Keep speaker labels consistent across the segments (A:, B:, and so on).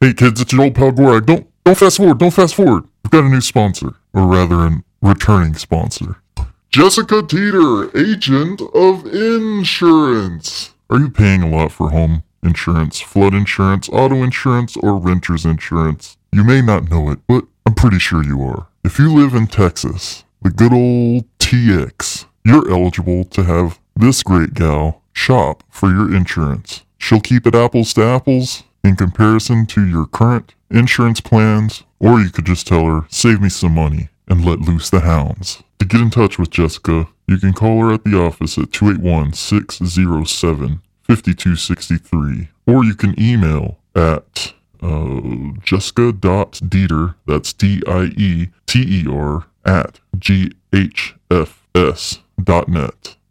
A: Hey kids, it's your old pal Gorag. Don't don't fast forward. Don't fast forward. We've got a new sponsor, or rather, a returning sponsor. Jessica Teeter, agent of insurance. Are you paying a lot for home insurance, flood insurance, auto insurance, or renter's insurance? You may not know it, but I'm pretty sure you are. If you live in Texas, the good old TX, you're eligible to have this great gal shop for your insurance. She'll keep it apples to apples in comparison to your current insurance plans, or you could just tell her, save me some money and let loose the hounds. To get in touch with Jessica, you can call her at the office at 281 607 5263, or you can email at uh, jessica.dieter, that's D I E T E R, at ghfs.net.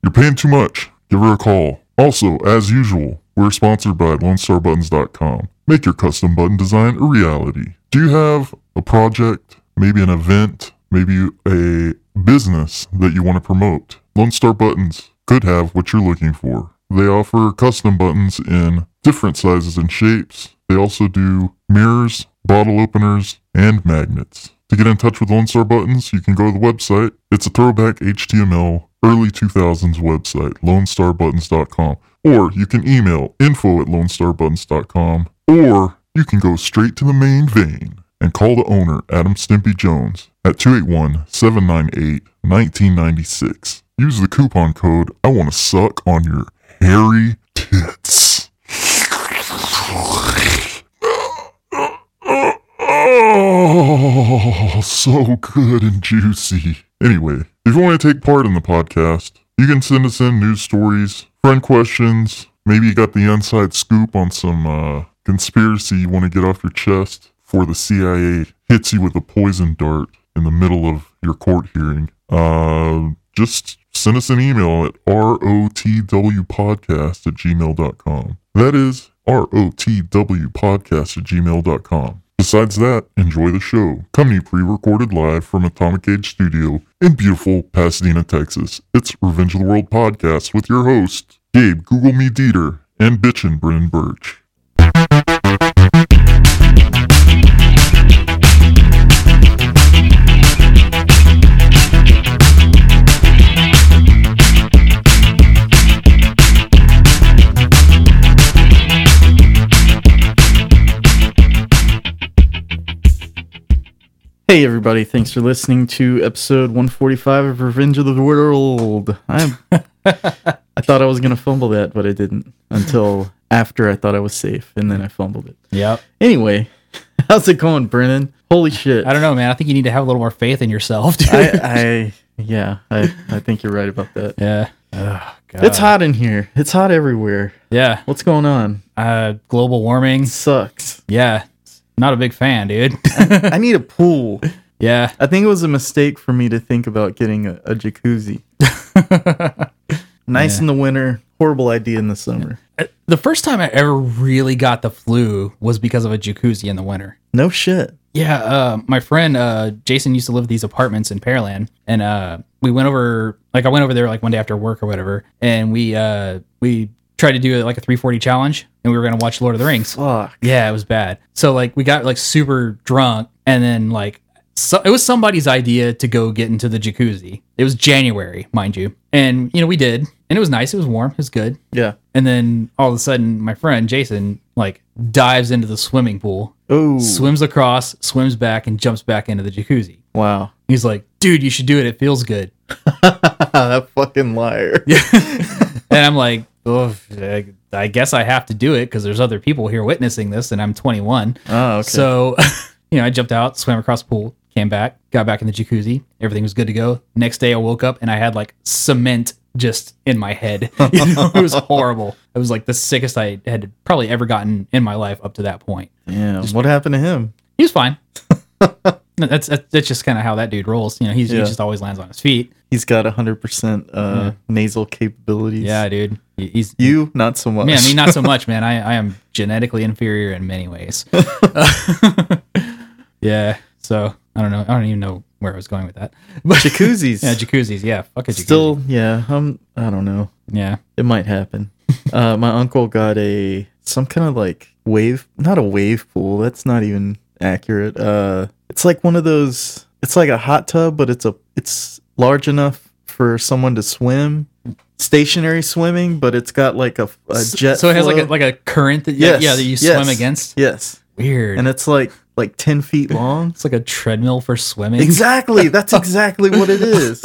A: You're paying too much. Give her a call. Also, as usual, we're sponsored by LoneStarButtons.com. Make your custom button design a reality. Do you have a project, maybe an event, maybe a business that you want to promote? Lone Star Buttons could have what you're looking for. They offer custom buttons in different sizes and shapes. They also do mirrors, bottle openers, and magnets. To get in touch with Lone Star Buttons, you can go to the website. It's a throwback HTML early 2000s website, lonestarbuttons.com. Or you can email info at lonestarbuttons.com. Or you can go straight to the main vein and call the owner, Adam Stimpy Jones, at 281 798 1996. Use the coupon code I want to suck on your hairy tits. Oh, so good and juicy. Anyway, if you want to take part in the podcast, you can send us in news stories, friend questions. Maybe you got the inside scoop on some uh, conspiracy you want to get off your chest before the CIA hits you with a poison dart in the middle of your court hearing. Uh, just send us an email at rotwpodcast at gmail.com. That is rotwpodcast at gmail.com. Besides that, enjoy the show, coming pre recorded live from Atomic Age Studio in beautiful Pasadena, Texas. It's Revenge of the World podcast with your host, Gabe Google Me Dieter, and Bitchin' Brennan Birch.
B: Hey everybody, thanks for listening to episode 145 of Revenge of the World. I'm, I thought I was going to fumble that, but I didn't until after I thought I was safe, and then I fumbled it.
C: Yep.
B: Anyway, how's it going, Brennan? Holy shit.
C: I don't know, man. I think you need to have a little more faith in yourself, dude.
B: I, I yeah, I, I think you're right about that.
C: yeah.
B: It's hot in here. It's hot everywhere.
C: Yeah.
B: What's going on?
C: Uh, global warming.
B: Sucks.
C: Yeah. Not a big fan, dude.
B: I need a pool.
C: yeah.
B: I think it was a mistake for me to think about getting a, a jacuzzi. nice in the winter, horrible idea in the summer.
C: The first time I ever really got the flu was because of a jacuzzi in the winter.
B: No shit.
C: Yeah, uh, my friend uh, Jason used to live at these apartments in Pearland, and uh, we went over. Like I went over there like one day after work or whatever, and we uh, we tried to do like a 340 challenge, and we were gonna watch Lord of the Rings.
B: Fuck.
C: Yeah, it was bad. So like we got like super drunk, and then like so, it was somebody's idea to go get into the jacuzzi. It was January, mind you, and you know we did, and it was nice. It was warm. It was good.
B: Yeah.
C: And then all of a sudden, my friend Jason like dives into the swimming pool,
B: Oh.
C: swims across, swims back, and jumps back into the jacuzzi.
B: Wow.
C: He's like, "Dude, you should do it. It feels good."
B: that fucking liar. Yeah.
C: And I'm like, "Oh, I I guess I have to do it because there's other people here witnessing this, and I'm 21."
B: Oh, okay.
C: So, you know, I jumped out, swam across the pool, came back, got back in the jacuzzi. Everything was good to go. Next day, I woke up and I had like cement just in my head. You know, it was horrible. It was like the sickest I had probably ever gotten in my life up to that point.
B: yeah. What happened to him?
C: He was fine. No, that's that's that's just kind of how that dude rolls. You know, he's,
B: Yeah.
C: he just always lands on his feet.
B: He's got 100% uh, nasal capabilities.
C: Yeah, dude. He- He's
B: You, not so much.
C: man. I mean, not so much, man. I I am genetically inferior in many ways. yeah. So I don't know. I don't even know where I was going with that. But
B: Jacuzzis.
C: Yeah, jacuzzis. Yeah, fuck a jacuzzi.
B: Still, yeah. Um, I don't know.
C: yeah.
B: It might happen. uh, my uncle got a, some kind of like wave not a wave pool that's not even accurate uh it's like one of those it's like a hot tub but it's a it's large enough for someone to swim stationary swimming but it's got like a, a jet
C: so it has like a
B: flow.
C: like a current that you,
B: Yes,
C: yeah that you
B: yes.
C: swim against.
B: yes
C: Weird.
B: and it's like like 10 feet long
C: it's like a treadmill for swimming.
B: exactly that's exactly what it is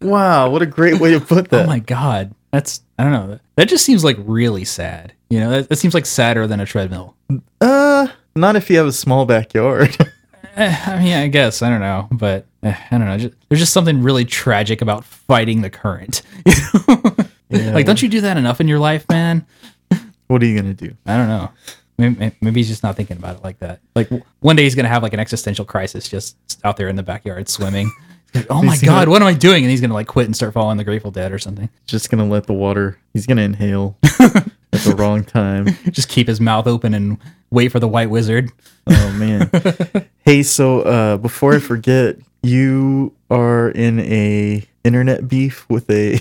B: wow what a great way to put that
C: Oh my god, that's I don't know. That just seems like really sad. You know, that, that seems like sadder than a treadmill.
B: uh not if you have a small backyard
C: Eh, I mean, I guess I don't know, but eh, I don't know. Just, there's just something really tragic about fighting the current. You know?
B: Yeah.
C: Like, don't you do that enough in your life, man?
B: what are you gonna do
C: I don't know. Maybe, maybe he's just not thinking about it like that. Like w- one day he's gonna have like an existential crisis just out there in the backyard swimming. Like, oh my
B: He's gonna-
C: god, what am I doing? And he's gonna like quit and start following the Grateful Dead or something.
B: just gonna let the water he's gonna inhale at the wrong time
C: Just keep his mouth open and wait for the White Wizard.
B: oh man hey so uh before i forget you are in a internet beef with a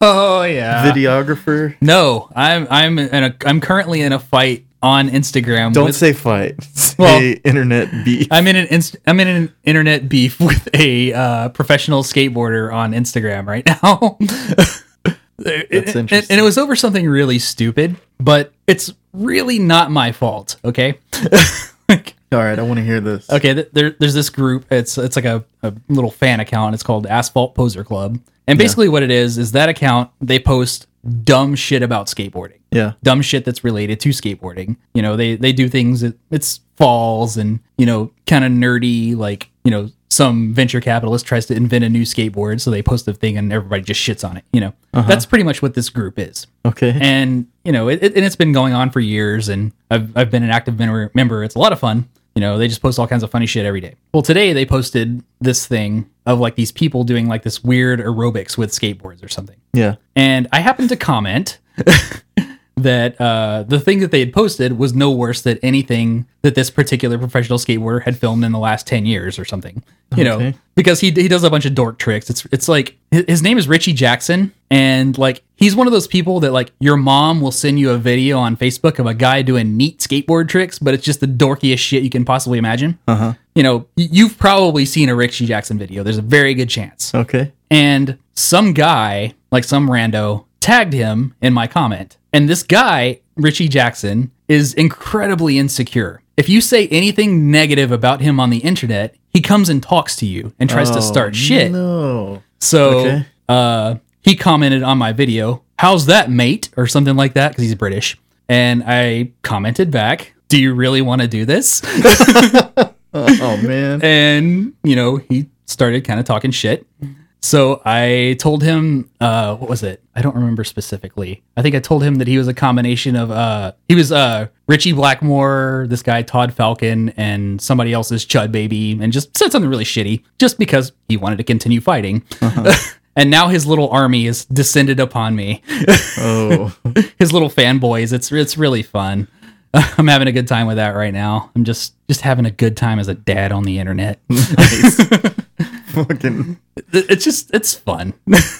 C: Oh yeah.
B: videographer
C: No, I'm I'm in a I'm currently in a fight on Instagram.
B: don't
C: with,
B: say fight say
C: Well-
B: internet beef
C: I'm in an inst- I'm in an internet beef with a uh, professional skateboarder on Instagram right now. That's and,
B: interesting.
C: and it was over something really stupid, but it's really not my fault. Okay. Like,
B: all right i want to hear this
C: Okay, th- there, there's this group. It's it's like a, a little fan account. It's called Asphalt Poser Club. And basically, what it is is that account they post dumb shit about skateboarding
B: yeah
C: dumb shit that's related to skateboarding. You know, they they do things that it's falls and you know kind of nerdy like you know some venture capitalist tries to invent a new skateboard so they post a thing and everybody just shits on it you know that's pretty much what this group is
B: okay
C: and you know it, it, and it's been going on for years and I've, I've been an active member, member it's a lot of fun you know they just post all kinds of funny shit every day well today they posted this thing of like these people doing like this weird aerobics with skateboards or something
B: yeah
C: and I happened to comment that uh, the thing that they had posted was no worse than anything that this particular professional skateboarder had filmed in the last 10 years or something. You know,
B: Okay.
C: because he, he does a bunch of dork tricks. It's it's like hi- his name is Richie Jackson. And like he's one of those people that like your mom will send you a video on Facebook of a guy doing neat skateboard tricks, but it's just the dorkiest shit you can possibly imagine.
B: uh-huh
C: You know, y- you've probably seen a Richie Jackson video. There's a very good chance
B: okay
C: and some guy, like some rando, tagged him in my comment. And this guy, Richie Jackson, is incredibly insecure. If you say anything negative about him on the internet, he comes and talks to you and tries
B: Oh,
C: to start shit.
B: no
C: So
B: Okay.
C: uh, he commented on my video, "How's that, mate?" or something like that, because he's British. And I commented back, "Do you really want to do this?"
B: oh man
C: and you know he started kind of talking shit so i told him uh what was it i don't remember specifically i think i told him that he was a combination of uh he was uh richie blackmore this guy todd falcon and somebody else's chud baby and just said something really shitty just because he wanted to continue fighting and now his little army is descended upon me
B: oh
C: his little fanboys. It's it's really fun. I'm having a good time with that right now. I'm just just having a good time as a dad on the internet.
B: fucking
C: It- it's just it's fun.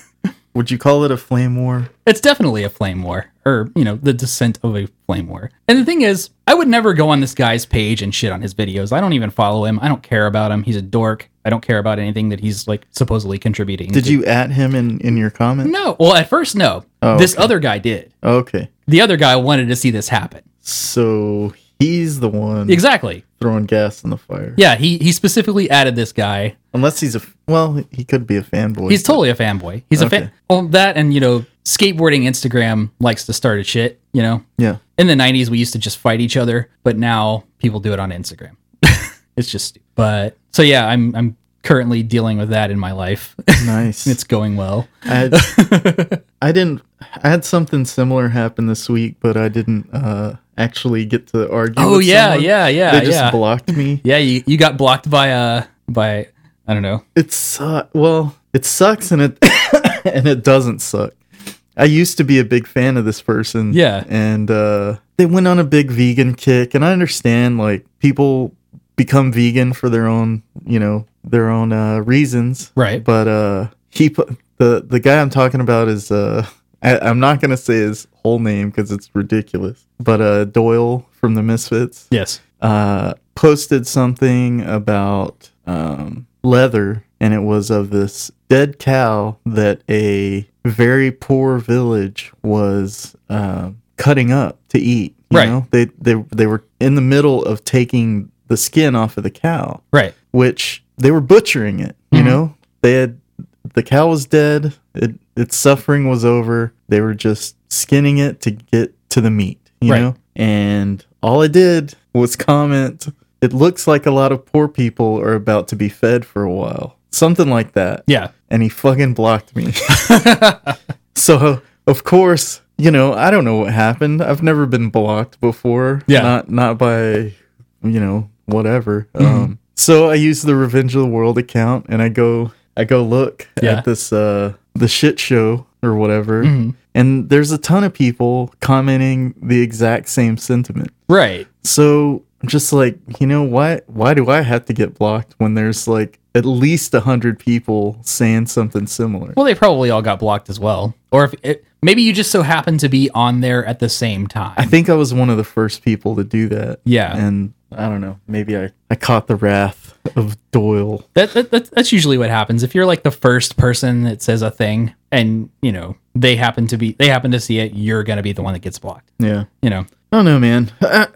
B: would you call it a flame war
C: It's definitely a flame war, or you know, the descent of a flame war. And the thing is, I would never go on this guy's page and shit on his videos. I don't even follow him. I don't care about him. He's a dork. I don't care about anything that he's like supposedly contributing.
B: did
C: to.
B: you at him in in your comment
C: No. Well, at first, no.
B: Oh,
C: this
B: okay.
C: other guy did.
B: okay
C: The other guy wanted to see this happen.
B: So he's the one
C: Exactly.
B: throwing gas in the fire.
C: Yeah. He he specifically added this guy
B: Unless he's a well, he could be a fanboy.
C: He's totally a fanboy. He's a fan.
B: Okay.
C: Well, that and you know, skateboarding Instagram likes to start a shit. You know,
B: yeah.
C: in the '90s we used to just fight each other, but now people do it on Instagram. it's just, stupid. but so yeah, I'm I'm currently dealing with that in my life.
B: Nice.
C: it's going well.
B: I, had, I didn't. I had something similar happen this week, but I didn't uh, actually get to argue.
C: Oh
B: with
C: yeah,
B: someone.
C: yeah, yeah,
B: They just
C: yeah,
B: blocked me.
C: yeah. You you got blocked by uh by I don't know.
B: It sucks. Well, it sucks, and it and it doesn't suck. I used to be a big fan of this person.
C: Yeah.
B: and uh, they went on a big vegan kick, and I understand like people become vegan for their own, you know, their own uh, reasons.
C: Right.
B: But uh, he put the the guy I'm talking about is uh, I, I'm not gonna say his whole name because it's ridiculous, but uh, Doyle from the Misfits
C: Yes.
B: uh, posted something about um, leather, and it was of this dead cow that a very poor village was uh, cutting up to eat. You
C: Right.
B: know? They they they were in the middle of taking the skin off of the cow,
C: Right.
B: which they were butchering it. You
C: Mhm.
B: know, they had the cow was dead. It its suffering was over. They were just skinning it to get to the meat. You
C: Right.
B: know, and all I did was comment. It looks like a lot of poor people are about to be fed for a while. Something like that.
C: Yeah.
B: And he fucking blocked me.
C: Mm-hmm.
B: So of course, you know, I don't know what happened. I've never been blocked before.
C: Yeah.
B: Not not by you know, whatever.
C: Mm-hmm.
B: Um so I use the Revenge of the World account and I go I go look
C: Yeah.
B: at this uh the shit show or whatever.
C: Mhm.
B: And there's a ton of people commenting the exact same sentiment.
C: Right.
B: So I'm just like, you know what? Why do I have to get blocked when there's like at least a hundred people saying something similar?
C: Well, they probably all got blocked as well. Or if it, maybe you just so happened to be on there at the same
B: I
C: time.
B: think I was one of the first people to do that.
C: Yeah.
B: And I don't know, maybe I, I caught the wrath of Doyle.
C: That, that, that that's usually what happens. If you're like the first person that says a thing and, you know, they happen to be they happen to see it, you're going to be the one that gets blocked,
B: Yeah.
C: you know.
B: I don't know, man. I,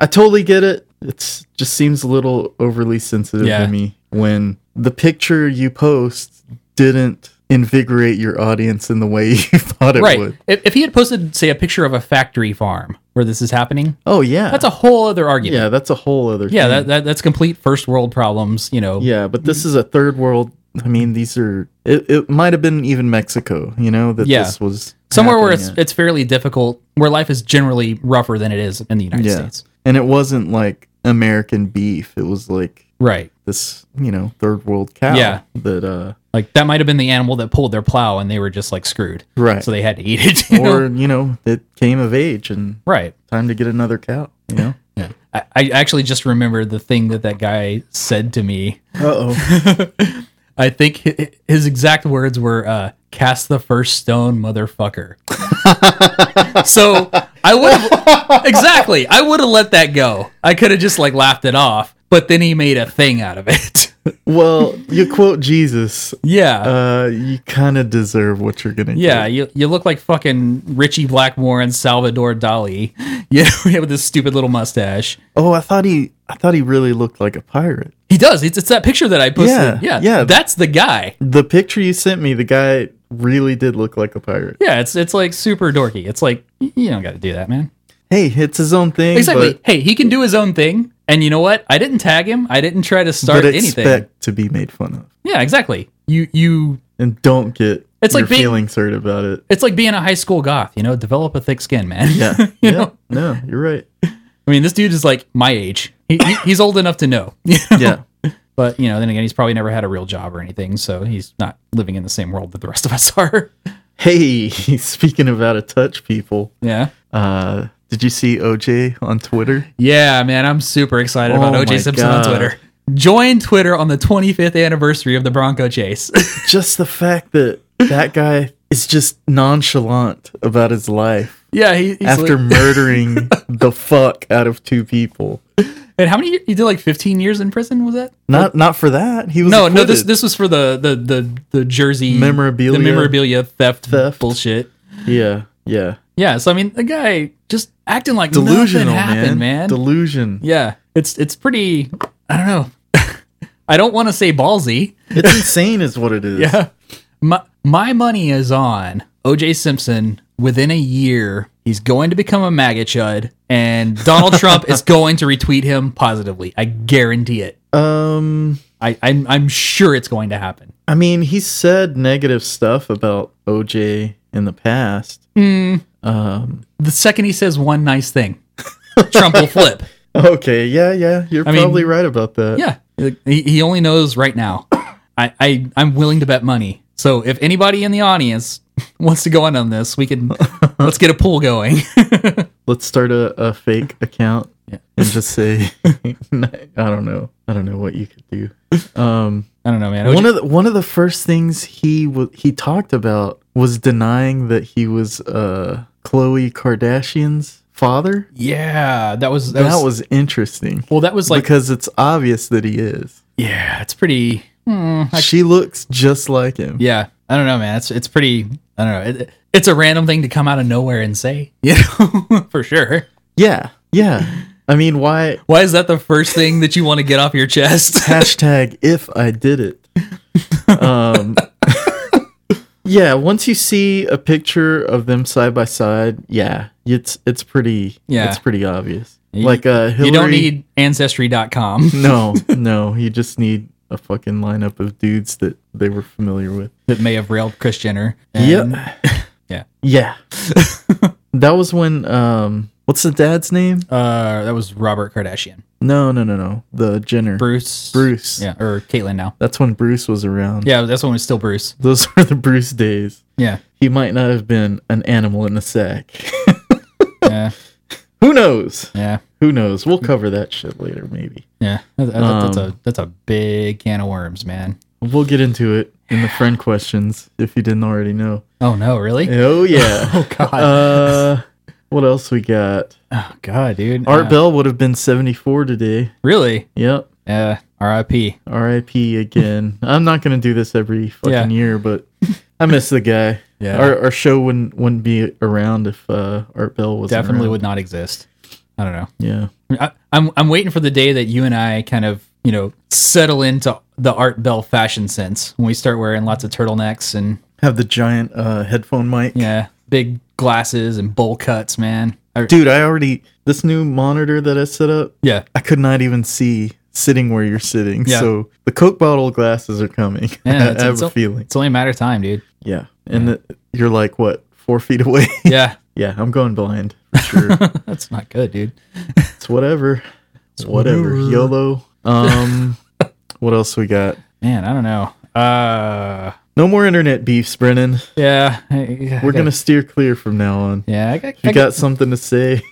B: I totally get it. It's just seems a little overly sensitive
C: Yeah.
B: to me when the picture you post didn't invigorate your audience in the way you thought it
C: right.
B: would.
C: If, if he had posted say a picture of a factory farm where this is happening,
B: Oh yeah.
C: that's a whole other argument.
B: yeah, that's a whole other
C: Yeah,
B: thing.
C: that, that that's complete first world problems, you know.
B: Yeah, but this is a third world. I mean, these are. It, it might have been even Mexico, you know, that
C: Yeah.
B: this was
C: Somewhere where it's
B: happening
C: it's fairly difficult, where life is generally rougher than it is in the United
B: Yeah.
C: States.
B: at. and it wasn't like American beef. It was like
C: Right.
B: this, you know, third world cow.
C: Yeah.
B: That uh,
C: Like that might have been the animal that pulled their plow and they were just like screwed.
B: right.
C: So they had to eat it. you know?
B: or you know, it came of age and
C: right.
B: time to get another cow. You know.
C: Yeah. I, I actually just remembered the thing that that guy said to me.
B: Uh oh.
C: I think hi- his exact words were uh, "cast the first stone, motherfucker." so I would have exactly. I would have let that go. I could have just like laughed it off. But then he made a thing out of it.
B: well, you quote Jesus.
C: yeah.
B: Uh, you kind of deserve what you're gonna.
C: yeah,
B: get.
C: you, you look like fucking Richie Blackmore and Salvador Dali. You know, with this stupid little mustache.
B: Oh, I thought he. I thought he really looked like a pirate.
C: He does. It's, it's that picture that I posted.
B: Yeah,
C: Yeah,
B: yeah.
C: That's the guy.
B: The picture you sent me, the guy really did look like a pirate.
C: Yeah, it's it's like super dorky. It's like y- you don't got to do that, man.
B: Hey, it's his own thing.
C: Exactly.
B: But,
C: hey, he can do his own thing. And you know what? I didn't tag him. I didn't try to start
B: but
C: anything.
B: expect to be made fun of,
C: yeah, exactly. You you
B: and don't get
C: It's
B: your
C: like being-
B: feelings hurt about it.
C: it's like being a high school goth, you know, develop a thick skin, man.
B: Yeah.
C: you
B: yeah.
C: know?
B: No, you're right.
C: I mean, this dude is like my age. He, he- he's old enough to know. you know?
B: Yeah.
C: But, you know, then again, he's probably never had a real job or anything, so he's not living in the same world that the rest of us are.
B: Hey, speaking of out of touch people,
C: yeah.
B: uh, did you see OJ on Twitter?
C: Yeah, man, I'm super excited
B: Oh
C: about
B: my
C: OJ Simpson
B: God.
C: on Twitter. Join Twitter on the 25th anniversary of the Bronco chase.
B: Just the fact that that guy is just nonchalant about his life
C: yeah, he, he's
B: after
C: like-
B: murdering the fuck out of two people.
C: and how many? He did like 15 years in prison. Was that?
B: Not not for that. He was
C: No, no. This
B: acquitted.
C: this was for the the the the jersey
B: Memorabilia.
C: the memorabilia theft,
B: Theft.
C: bullshit.
B: yeah yeah
C: Yeah, so I mean, the guy just acting like
B: delusional
C: nothing happened, man.
B: delusion.
C: yeah, it's it's pretty. I don't know. I don't want to say ballsy.
B: It's insane, is what it is.
C: Yeah, my my money is on O.J. Simpson. Within a year, he's going to become a maggot chud, and Donald Trump is going to retweet him positively. I guarantee it.
B: Um,
C: I, I'm I'm sure it's going to happen.
B: I mean, he said negative stuff about OJ in the past. Um,
C: the second he says one nice thing, Trump will flip.
B: okay, yeah, yeah, you're
C: I mean-
B: probably right about that.
C: Yeah, he, he only knows right now. I, I I'm willing to bet money. So if anybody in the audience wants to go in on this, we can let's get a pool going.
B: Let's start a, a fake account
C: Yeah.
B: and just say, I don't know, I don't know what you could do. Um,
C: I don't know, man.
B: one of the, one of the first things he wa he talked about was denying that he was uh Chloe Kardashian's father?
C: Yeah, that was that,
B: That
C: was,
B: was interesting
C: well. That was like
B: because it's obvious that he is.
C: yeah, it's pretty. hmm,
B: she looks just like him.
C: Yeah, I don't know, man. It's it's pretty. I don't know. It, it's a random thing to come out of nowhere and say, you know, for sure.
B: Yeah. Yeah. I mean, why
C: Why is that the first thing that you want to get off your chest?
B: hashtag if I did it. Um, yeah, once you see a picture of them side by side, yeah, it's it's pretty
C: Yeah.
B: it's pretty obvious.
C: You-
B: like uh, Hillary,
C: you don't need ancestry.com.
B: no no you just need a fucking lineup of dudes that they were familiar with.
C: that may have railed Chris Jenner. And-
B: Yeah,
C: yeah.
B: yeah. that was when um, what's the dad's name?
C: Uh, that was Robert Kardashian.
B: No no no no the Jenner
C: Bruce.
B: Bruce.
C: Yeah, or Caitlyn now.
B: That's when Bruce was around.
C: Yeah, that's when it was still Bruce.
B: Those were the Bruce days.
C: Yeah.
B: he might not have been an animal in a sack.
C: Yeah.
B: Who knows?
C: yeah.
B: Who knows? We'll cover that shit later, maybe.
C: Yeah. That- that- that's
B: Um,
C: a that's a big can of worms, man.
B: We'll get into it in the friend questions if you didn't already know.
C: Oh no, really?
B: Oh yeah.
C: Oh god.
B: uh, what else we got?
C: oh god, dude.
B: Art
C: Uh,
B: Bell would have been seventy-four today.
C: Really?
B: Yep.
C: Yeah. R.I.P.
B: R.I.P. again. I'm not gonna do this every fucking
C: Yeah.
B: year, but I miss the guy.
C: Yeah.
B: Our, our show wouldn't wouldn't be around if uh, Art Bell was
C: Definitely would not exist. I don't know.
B: Yeah.
C: I, I'm I'm waiting for the day that you and I kind of you know settle into the Art Bell fashion sense when we start wearing lots of turtlenecks and
B: Have the giant uh, headphone mic.
C: yeah big glasses and bowl cuts, man. I-
B: dude i already this new monitor that i set up
C: yeah,
B: i could not even see sitting where you're sitting
C: Yeah.
B: so the coke bottle glasses are coming
C: Yeah,
B: i
C: it's-
B: have
C: it's
B: a
C: all-
B: feeling
C: it's only a matter of time, dude.
B: yeah and the- you're like what four feet away
C: Yeah,
B: yeah i'm going blind for sure
C: that's not good, dude.
B: it's whatever it's whatever
C: whatever.
B: yolo um what else we got
C: Man, I don't know. Uh,
B: no more internet beefs brennan
C: yeah, I- I
B: we're
C: gotta-
B: gonna steer clear from now on
C: Yeah, I, got-
B: if you
C: I
B: got something to say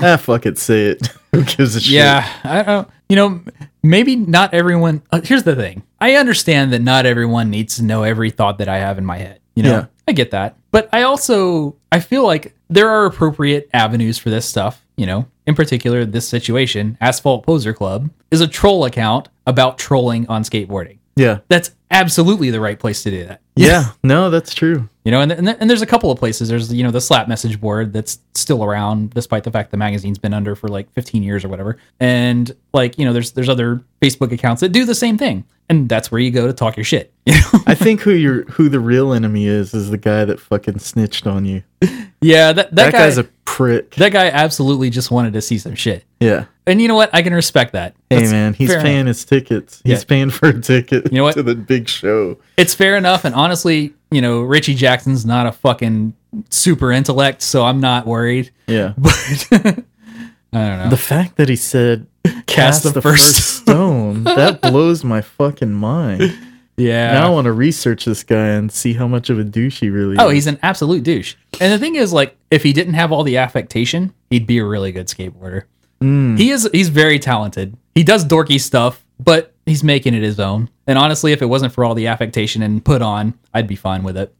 B: ah fuck it say it who gives a shit
C: Yeah, I don't. You know, maybe not everyone. Uh, here's the thing: I understand that not everyone needs to know every thought that I have in my head. You know,
B: Yeah.
C: I get that, but I also I feel like there are appropriate avenues for this stuff. You know, in particular, this situation, Asphalt Poser Club, is a troll account about trolling on skateboarding.
B: yeah
C: That's absolutely the right place to do that.
B: yeah no that's true
C: You know, and, and, and there's a couple of places. There's, you know, the slap message board that's still around, despite the fact the magazine's been under for like 15 years or whatever. And like, you know, there's there's other Facebook accounts that do the same thing. And that's where you go to talk your shit. You know?
B: I think who your who the real enemy is is the guy that fucking snitched on you.
C: yeah, that, that,
B: That,
C: guy,
B: guy's a prick.
C: that guy absolutely just wanted to see some shit.
B: yeah.
C: And you know what? I can respect that.
B: Hey
C: That's
B: man, he's
C: fair enough.
B: paying his tickets. He's
C: Yeah.
B: paying for a ticket
C: know what?
B: to the big show.
C: It's fair enough. And honestly, you know, Richie Jackson's not a fucking super intellect, so I'm not worried.
B: Yeah.
C: But I don't know.
B: The fact that he said cast,
C: the
B: the,
C: first
B: first stone, that blows my fucking mind.
C: yeah.
B: Now I want to research this guy and see how much of a douche he really
C: Oh,
B: is.
C: he's an absolute douche. And the thing is, like, if he didn't have all the affectation, he'd be a really good skateboarder. He is. He's very talented. He does dorky stuff, but he's making it his own. And honestly, if it wasn't for all the affectation and put on, I'd be fine with it.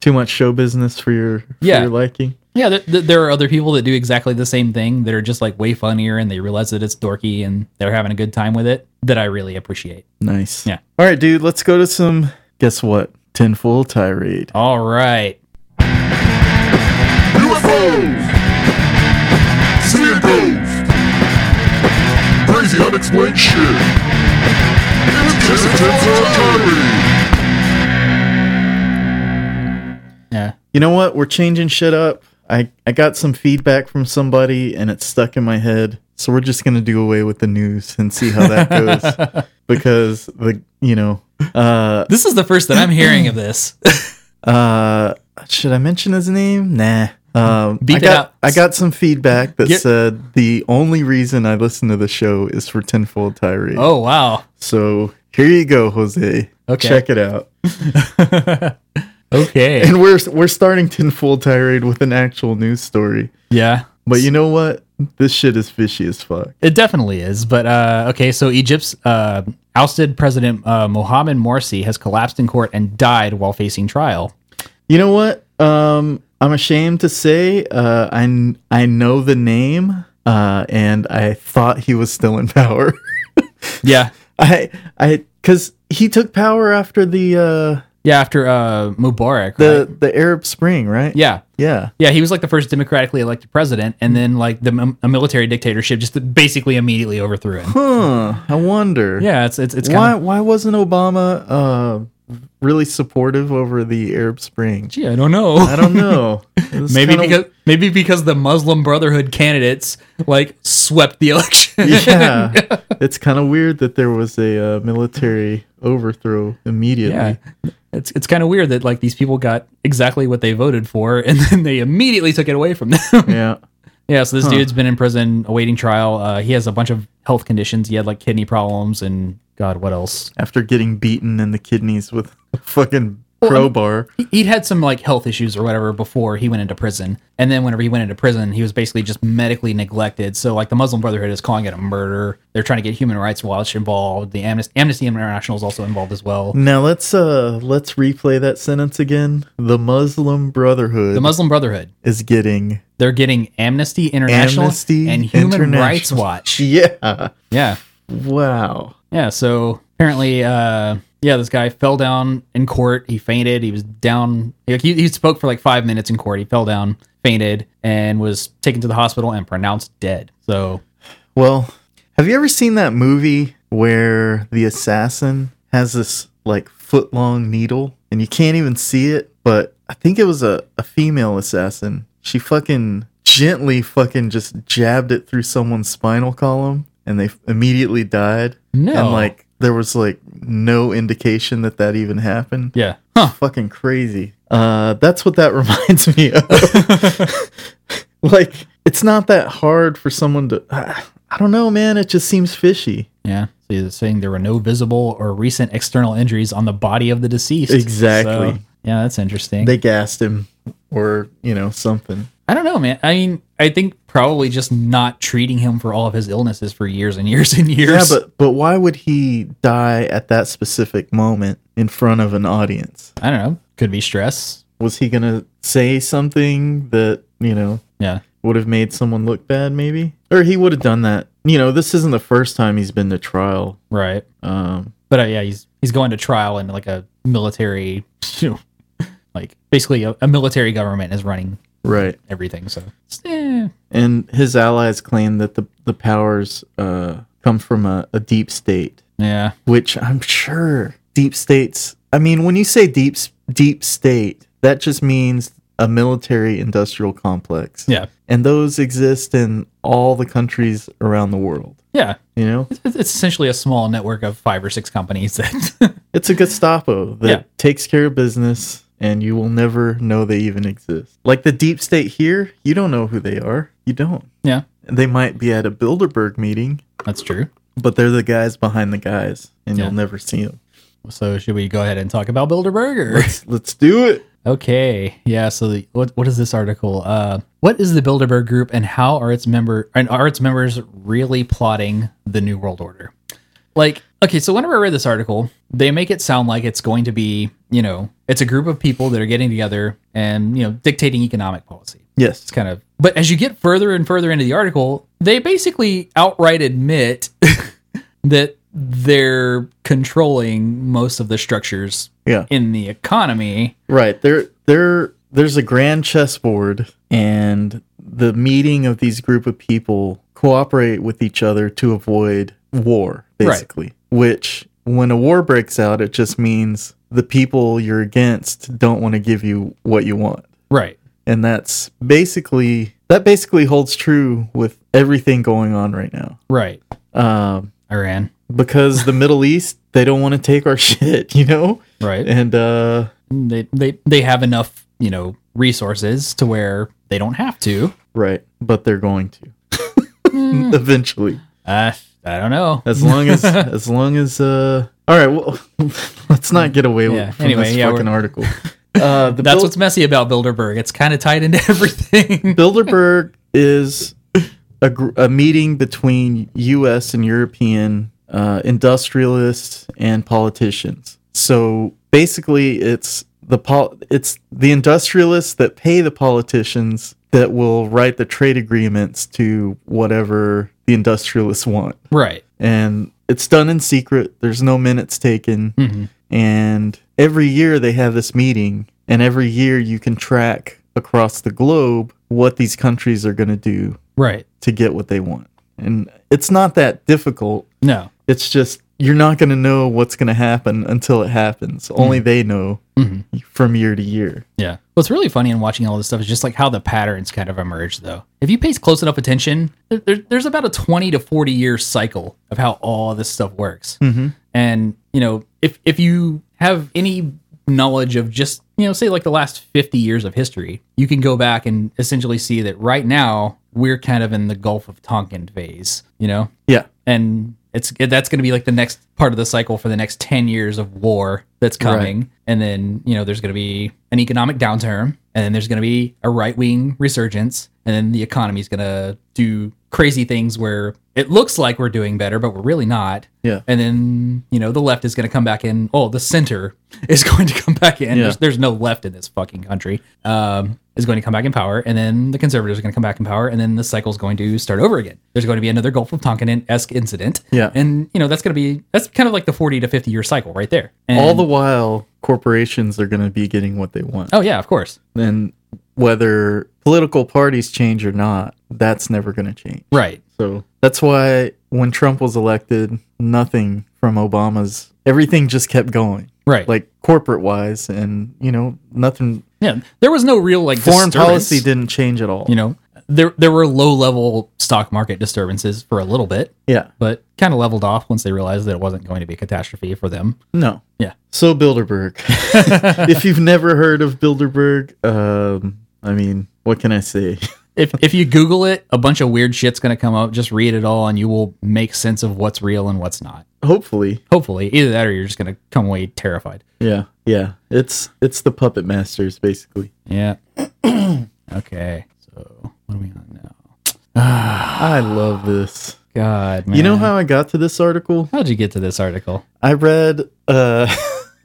B: Too much show business for your for
C: Yeah.
B: your liking.
C: Yeah, th- th- there are other people that do exactly the same thing that are just like way funnier, and they realize that it's dorky and they're having a good time with it. That I really appreciate.
B: Nice.
C: Yeah.
B: All right, dude, let's go to some guess what? Tinfoil tirade.
C: All right.
A: UFOs! Sea of ghosts! Crazy unexplained shit! It's just a tinfoil tirade!
C: Yeah.
B: you know what we're changing shit up i i got some feedback from somebody and it's stuck in my head so we're just gonna do away with the news and see how that goes because the you know uh
C: This is the first that I'm hearing of this.
B: uh should i mention his name nah um,
C: Beep
B: I
C: it
B: got
C: out.
B: I got some feedback that
C: Get-
B: said the only reason I listen to the show is for Tenfold Tirade.
C: oh wow.
B: So here you go, Jose.
C: Okay.
B: Check it out.
C: Okay.
B: And we're we're starting Tenfold Tirade with an actual news story.
C: Yeah.
B: But you know what? This shit is fishy as fuck.
C: It definitely is. But uh, okay, so Egypt's uh, ousted president uh, Mohamed Morsi has collapsed in court and died while facing trial.
B: You know what? Um, I'm ashamed to say uh, I kn- I know the name, uh, and I thought he was still in power.
C: Yeah.
B: I I because he took power after the uh,
C: Yeah. After uh, Mubarak.
B: the
C: right?
B: the Arab Spring, right?
C: Yeah.
B: yeah.
C: Yeah. He was like the first democratically elected president. And then like the m- a military dictatorship just basically immediately overthrew him.
B: Huh. I wonder.
C: Yeah. It's, it's, it's
B: why
C: kind of.
B: why wasn't Obama uh, really supportive over the Arab Spring?
C: Gee, I don't know.
B: I don't know. It's
C: maybe
B: kinda-
C: because maybe because the Muslim Brotherhood candidates like swept the election.
B: yeah, it's kind of weird that there was a uh, military overthrow immediately.
C: yeah. It's it's kind of weird that like these people got exactly what they voted for, and then they immediately took it away from them.
B: Yeah.
C: yeah. So this dude's been in prison awaiting trial. Uh, he has a bunch of health conditions. He had like kidney problems and God, what else?
B: After getting beaten in the kidneys with a fucking crowbar.
C: He- He'd had some like health issues or whatever before he went into prison, and then whenever he went into prison, he was basically just medically neglected. So like the Muslim Brotherhood is calling it a murder. They're trying to get Human Rights Watch involved. The Amnesty, Amnesty International is also involved as well.
B: Now let's uh let's replay that sentence again. The Muslim Brotherhood
C: The Muslim Brotherhood.
B: is getting
C: They're getting Amnesty International
B: Amnesty
C: and Human
B: International.
C: Rights Watch.
B: yeah.
C: Yeah.
B: Wow.
C: Yeah. So apparently, uh, yeah, this guy fell down in court. He fainted. He was down. Like he, he spoke for like five minutes in court. He fell down, fainted, and was taken to the hospital and pronounced dead. So
B: Well, have you ever seen that movie where the assassin has this like foot long needle and you can't even see it? But I think it was a, a female assassin. She fucking gently fucking just jabbed it through someone's spinal column and they f- immediately died.
C: no,
B: And like there was like no indication that that even happened
C: yeah, huh?
B: fucking crazy. Uh, that's what that reminds me of. like, it's not that hard for someone to. I I don't know, man. It just seems fishy.
C: Yeah. So he's saying there were no visible or recent external injuries on the body of the deceased.
B: Exactly.
C: So, yeah, that's interesting.
B: They gassed him, or you know something.
C: I don't know, man. I mean, I think probably just not treating him for all of his illnesses for years and years and years.
B: Yeah, but but why would he die at that specific moment in front of an audience?
C: I don't know. Could be stress.
B: Was he gonna say something that you know
C: Yeah.
B: would have made someone look bad? Maybe, or he would have done that. You know, this isn't the first time he's been to trial.
C: Right.
B: Um,
C: But uh, yeah, he's he's going to trial in like a military, you know, like basically a, a military government is running
B: right.
C: everything. So eh,
B: and his allies claim that the the powers uh, come from a, a deep state,
C: yeah,
B: which I'm sure deep states. I mean, when you say deep s- deep state, that just means a military industrial complex,
C: yeah,
B: and those exist in all the countries around the world.
C: yeah.
B: You know,
C: It's, it's essentially a small network of five or six companies that.
B: it's a Gestapo that
C: Yeah.
B: takes care of business. And you will never know they even exist. Like the deep state here, you don't know who they are. You don't.
C: yeah,
B: They might be at a Bilderberg meeting,
C: that's true.
B: but they're the guys behind the guys, and
C: Yeah.
B: you'll never see them.
C: So should we go ahead and talk about Bilderberger?
B: Let's let's do it.
C: Okay. Yeah. So the, what what is this article? Uh, what is the Bilderberg Group, and how are its member and are its members really plotting the new world order? Like, okay, so whenever I read this article, they make it sound like it's going to be, you know, it's a group of people that are getting together and you know dictating economic policy.
B: Yes,
C: It's kind of, but as you get further and further into the article, they basically outright admit that they're controlling most of the structures
B: yeah,
C: in the economy.
B: right. There, there, there's a grand chessboard, and the meeting of these group of people cooperate with each other to avoid war,
C: Right.
B: basically. Which, when a war breaks out, it just means the people you're against don't want to give you what you want.
C: Right.
B: and that's basically that basically holds true with everything going on right now
C: Right.
B: um,
C: Iran.
B: because the middle east they don't want to take our shit you know
C: Right.
B: and uh,
C: They they they have enough, you know, resources to where they don't have to.
B: right but they're going to Mm. eventually
C: Uh, I don't know. Mm.
B: as long as as long as uh all right well let's not get away
C: Yeah,
B: with from
C: anyway,
B: this
C: yeah,
B: fucking
C: we're-
B: article uh the
C: That's
B: Bil-
C: what's messy about Bilderberg. It's kind of tied into everything.
B: Bilderberg is a, gr- a meeting between U.S. and European uh, industrialists and politicians. So basically, it's the pol- it's the industrialists that pay the politicians that will write the trade agreements to whatever the industrialists want.
C: Right.
B: And it's done in secret. There's no minutes taken.
C: Mhm.
B: And every year they have this meeting, and every year you can track across the globe what these countries are going to do
C: Right.
B: to get what they want. And it's not that difficult.
C: No.
B: It's just you're not going to know what's going to happen until it happens. Only they know
C: Mhm.
B: from year to year.
C: Yeah. What's really funny in watching all this stuff is just like how the patterns kind of emerge, though. If you pay close enough attention, there, there- there's about a 20 to 40 year cycle of how all this stuff works.
B: Mm-hmm.
C: And, you know, if, if you have any knowledge of just, you know, say like the last 50 years of history, you can go back and essentially see that right now we're kind of in the Gulf of Tonkin phase, you know?
B: Yeah.
C: and it's that's going to be like the next part of the cycle for the next 10 years of war that's coming and then you know there's going to be an economic downturn and then there's going to be a right-wing resurgence and then the economy's going to do crazy things where it looks like we're doing better but we're really not
B: Yeah.
C: and then you know the left is going to come back in oh the center is going to come back in
B: Yeah.
C: there's, there's no left in this fucking country um, is going to come back in power and then the conservatives are going to come back in power and then the cycle's going to start over again there's going to be another gulf of tonkin-esque incident
B: Yeah.
C: and you know that's going to be that's kind of like the 40 to 50 year cycle right there and,
B: All the while, corporations are going to be getting what they want.
C: oh yeah of course
B: And whether political parties change or not, that's never going to change.
C: right
B: So that's why when Trump was elected, nothing from Obama's, everything just kept going,
C: right
B: like corporate wise. And, you know, nothing,
C: yeah there was no real like
B: foreign
C: disturbance,
B: policy didn't change at all.
C: you know there there were low level stock market disturbances for a little bit
B: Yeah.
C: but kind of leveled off once they realized that it wasn't going to be a catastrophe for them
B: No.
C: Yeah.
B: So Bilderberg. if you've never heard of Bilderberg, um, I mean, what can I say?
C: if if you Google it, a bunch of weird shit's gonna come up. Just read it all, and you will make sense of what's real and what's not.
B: Hopefully.
C: Hopefully, either that or you're just gonna come away terrified.
B: Yeah. Yeah. It's it's the puppet masters basically.
C: Yeah. okay. So what are we on now?
B: I love this.
C: God, man.
B: You know how I got to this article?
C: how'd you get to this article?
B: I read uh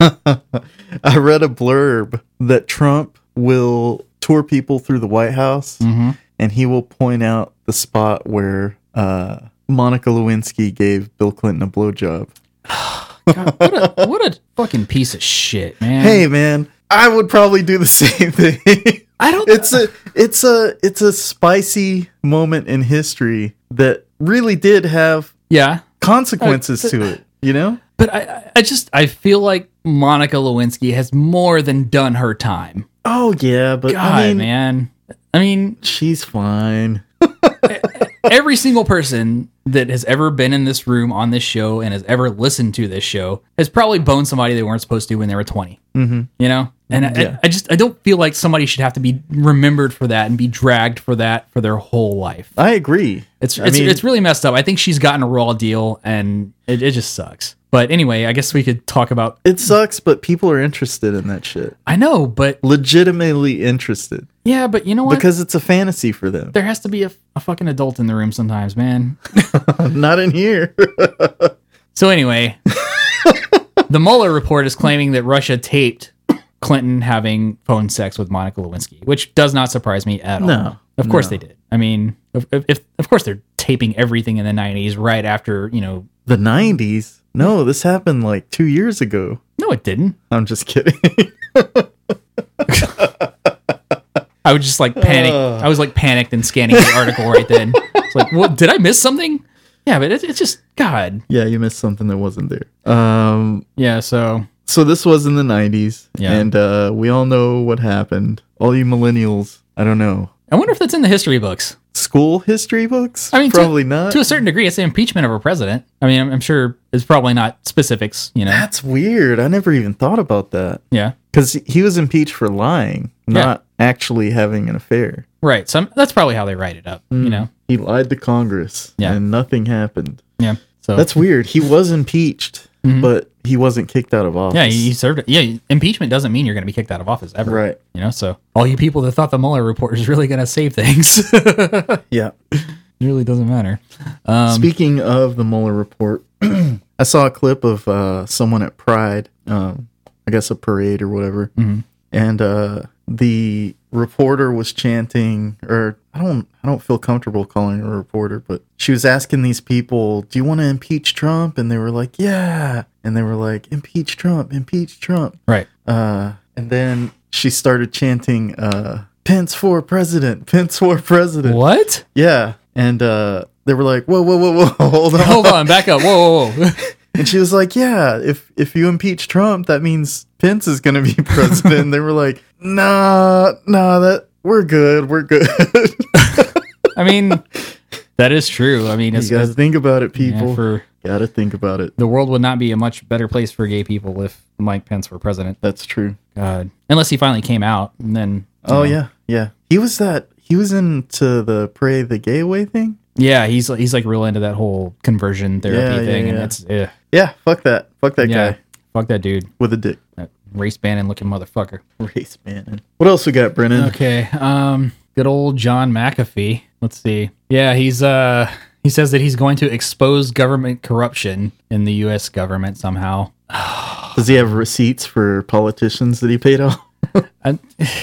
B: I read a blurb that Trump will tour people through the White House
C: Mm-hmm.
B: and he will point out the spot where uh Monica Lewinsky gave Bill Clinton a blowjob.
C: What a what a fucking piece of shit, man.
B: Hey man, I would probably do the same thing.
C: I don't.
B: it's a it's a it's a spicy moment in history that really did have
C: yeah,
B: consequences to it, you know?
C: but I- I I just I feel like Monica Lewinsky has more than done her time.
B: Oh yeah, but
C: God,
B: I mean
C: man. I mean,
B: she's fine.
C: every single person that has ever been in this room on this show and has ever listened to this show has probably boned somebody they weren't supposed to when they were 20
B: Mhm.
C: you know and I-
B: Yeah.
C: I, I just i don't feel like somebody should have to be remembered for that and be dragged for that for their whole life
B: I agree.
C: it's
B: I
C: it's,
B: mean-
C: it's really messed up i think she's gotten a raw deal and it, it just sucks but anyway i guess we could talk about
B: It sucks, but people are interested in that shit.
C: i know but
B: Legitimately interested
C: yeah but you know what
B: because it's a fantasy for them.
C: there has to be a, a fucking adult in the room sometimes man
B: Not in here.
C: So anyway, the Mueller report is claiming that Russia taped Clinton having phone sex with Monica Lewinsky, which does not surprise me at all.
B: No,
C: of course
B: no.
C: they did. I mean, if, if, if- of course they're taping everything in the '90s, right after you know.
B: the 90s? No, this happened like 2 years ago.
C: No, it didn't.
B: I'm just kidding.
C: I was just like panicked.
B: Ugh.
C: I was like panicked and scanning the article right then. It's like, what? Did I miss something? Yeah, but it's it's just God.
B: yeah, you missed something that wasn't there. Um
C: Yeah. So
B: so this was in the 90s
C: Yeah.
B: and uh, we all know what happened all you millennials i don't know
C: I wonder if that's in the history books.
B: school history books
C: I mean, to-
B: probably not
C: To a certain degree, it's the impeachment of a president. I mean, I'm, I'm sure it's probably not specifics. You know.
B: that's weird i never even thought about that
C: Yeah.
B: because he was impeached for lying not actually having an affair
C: Right. So I'm- that's probably how they write it up, you know?
B: he lied to congress
C: Yeah. Oh.
B: and nothing happened
C: Yeah. So
B: that's weird he was impeached
C: Mhm.
B: but he wasn't kicked out of office
C: yeah, he he served it. Yeah, impeachment doesn't mean you're going to be kicked out of office ever.
B: right
C: You know, so all you people that thought the Mueller report was really going to save things, it
B: yeah
C: really doesn't matter. Um,
B: Speaking of the Mueller report, I saw a clip of uh, someone at Pride, um, I guess a parade or whatever,
C: Mhm.
B: and uh, the reporter was chanting, or I don't, I don't feel comfortable calling her a reporter, but she was asking these people, "Do you want to impeach Trump?" And they were like, "Yeah," and they were like, "Impeach Trump, impeach Trump."
C: Right.
B: Uh, and then she started chanting, uh, "Pence for president, Pence for president."
C: What?
B: Yeah, and uh, they were like, "Whoa, whoa, whoa, whoa, hold on,
C: Hold on, back up. Whoa, whoa, whoa.
B: and she was like, "Yeah, if if you impeach Trump, that means Pence is going to be president." and they were like, "Nah, nah, that we're good, we're good."
C: I mean, that is true. I mean,
B: you
C: it's
B: got to think about it,
C: yeah,
B: people.
C: for
B: got to think about it.
C: the world would not be a much better place for gay people if Mike Pence were president.
B: That's true.
C: God, unless he finally came out, and then
B: Oh
C: you know.
B: yeah, yeah. He was that. He was into the pray the gay away thing.
C: yeah, he's he's like real into that whole conversion therapy
B: Yeah,
C: thing,
B: yeah,
C: and
B: yeah.
C: it's eh. yeah,
B: Yeah, fuck that. Fuck that
C: yeah,
B: guy
C: fuck that dude,
B: with a dick.
C: that race banning looking motherfucker.
B: Race man. What else we got, Brennan?
C: Okay. Um good old John McAfee. Let's see. Yeah, he's uh he says that he's going to expose government corruption in the US government somehow.
B: Does he have receipts for politicians that he paid off?
C: I,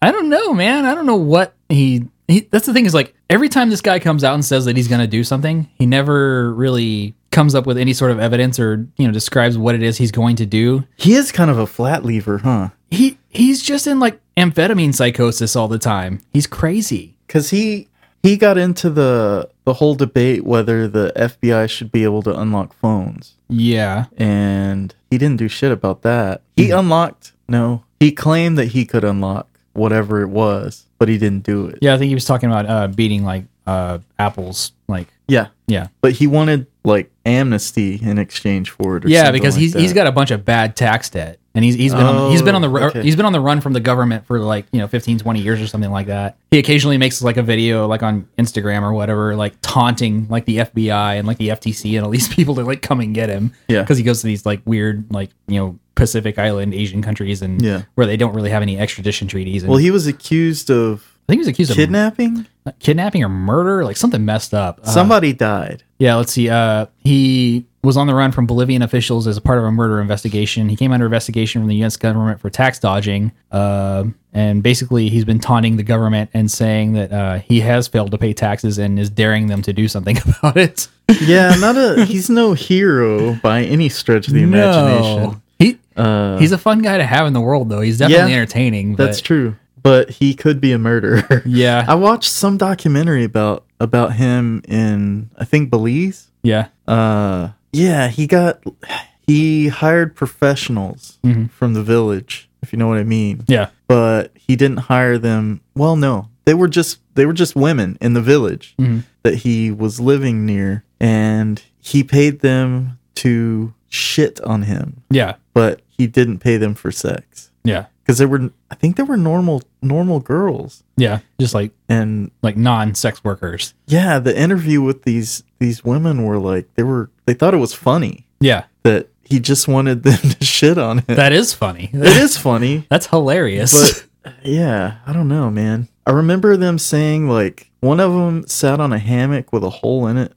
C: I don't know, man. I don't know what he, he that's the thing is like every time this guy comes out and says that he's going to do something, he never really comes up with any sort of evidence or, you know, describes what it is he's going to do.
B: He is kind of a flat lever, huh?
C: He he's just in like amphetamine psychosis all the time. He's crazy.
B: because he he got into the the whole debate whether the FBI should be able to unlock phones,
C: Yeah.
B: and he didn't do shit about that. He
C: Mm-hmm.
B: unlocked no, he claimed that he could unlock whatever it was, but he didn't do it.
C: Yeah, I think he was talking about uh, beating like uh, apples, like
B: Yeah,
C: yeah,
B: but he wanted like amnesty in exchange for it. Or
C: yeah,
B: something
C: because
B: like
C: he's he's
B: that.
C: got a bunch of bad tax debt, and he's he's been on, he's been on the ru-
B: Oh, okay.
C: he's been on the run from the government for like you know 15, 20 years or something like that. He occasionally makes like a video like on Instagram or whatever, like taunting like the FBI and like the FTC and all these people to like come and get him.
B: Yeah.
C: because he goes to these like weird like you know Pacific Island Asian countries and
B: Yeah.
C: where they don't really have any extradition treaties. And
B: well, he was accused of
C: I think he was accused
B: kidnapping.
C: of kidnapping or murder, like something messed up. Uh,
B: Somebody died.
C: yeah, let's see. Uh, he was on the run from Bolivian officials as a part of a murder investigation. He came under investigation from the U.S. government for tax dodging. Uh, and basically, he's been taunting the government and saying that uh, he has failed to pay taxes and is daring them to do something about it.
B: Yeah, not a he's no hero by any stretch of the imagination.
C: He,
B: Uh,
C: he's a fun guy to have in the world, though. He's definitely
B: Yeah,
C: entertaining. But
B: That's true. But he could be a murderer.
C: Yeah.
B: I watched some documentary about about him in I think Belize.
C: yeah.
B: Uh yeah, he got he hired professionals
C: Mhm.
B: from the village, if you know what I mean.
C: Yeah.
B: But he didn't hire them. Well, no. They were just they were just women in the village
C: Mhm.
B: that he was living near and he paid them to shit on him,
C: Yeah.
B: but he didn't pay them for sex
C: Yeah.
B: because there were I think there were normal normal girls
C: Yeah. Just like,
B: and
C: like non sex workers.
B: yeah the interview with these these women were like they were they thought it was funny
C: Yeah.
B: that he just wanted them to shit on him
C: That is funny.
B: it is funny
C: That's hilarious.
B: but yeah I don't know man I remember them saying like one of them sat on a hammock with a hole in it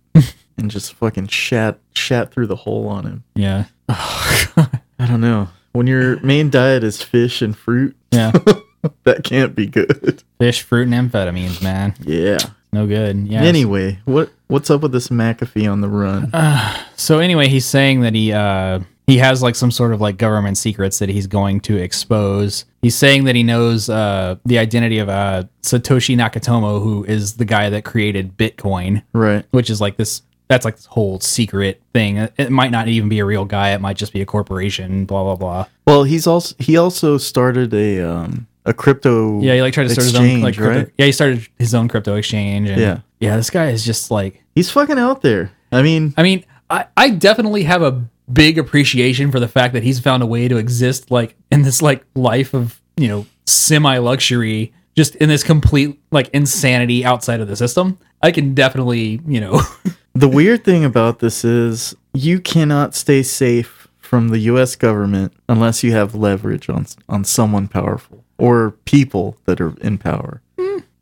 B: and just fucking shat shat through the hole on him
C: yeah.
B: I don't know when your main diet is fish and fruit
C: Yeah.
B: that can't be good
C: Fish, fruit, and amphetamines, man.
B: yeah
C: No good. Yeah.
B: Anyway, what what's up with this McAfee on the run?
C: Uh, so anyway, he's saying that he uh he has like some sort of like government secrets that he's going to expose. He's saying that he knows uh the identity of uh Satoshi Nakatomo, who is the guy that created Bitcoin,
B: right.
C: which is like this that's like this whole secret thing. It might not even be a real guy, it might just be a corporation, blah blah blah.
B: Well, he's also he also started a um a crypto.
C: Yeah, he like tried to start his own
B: Exchange,
C: like crypto,
B: right?
C: Yeah, he started his own crypto exchange and
B: Yeah.
C: yeah, this guy is just like
B: he's fucking out there. I mean,
C: I mean, I, I definitely have a big appreciation for the fact that he's found a way to exist like in this like life of, you know, semi luxury, just in this complete like insanity outside of the system. I can definitely, you know,
B: the weird thing about this is you cannot stay safe from the U.S. government unless you have leverage on on someone powerful or people that are in power.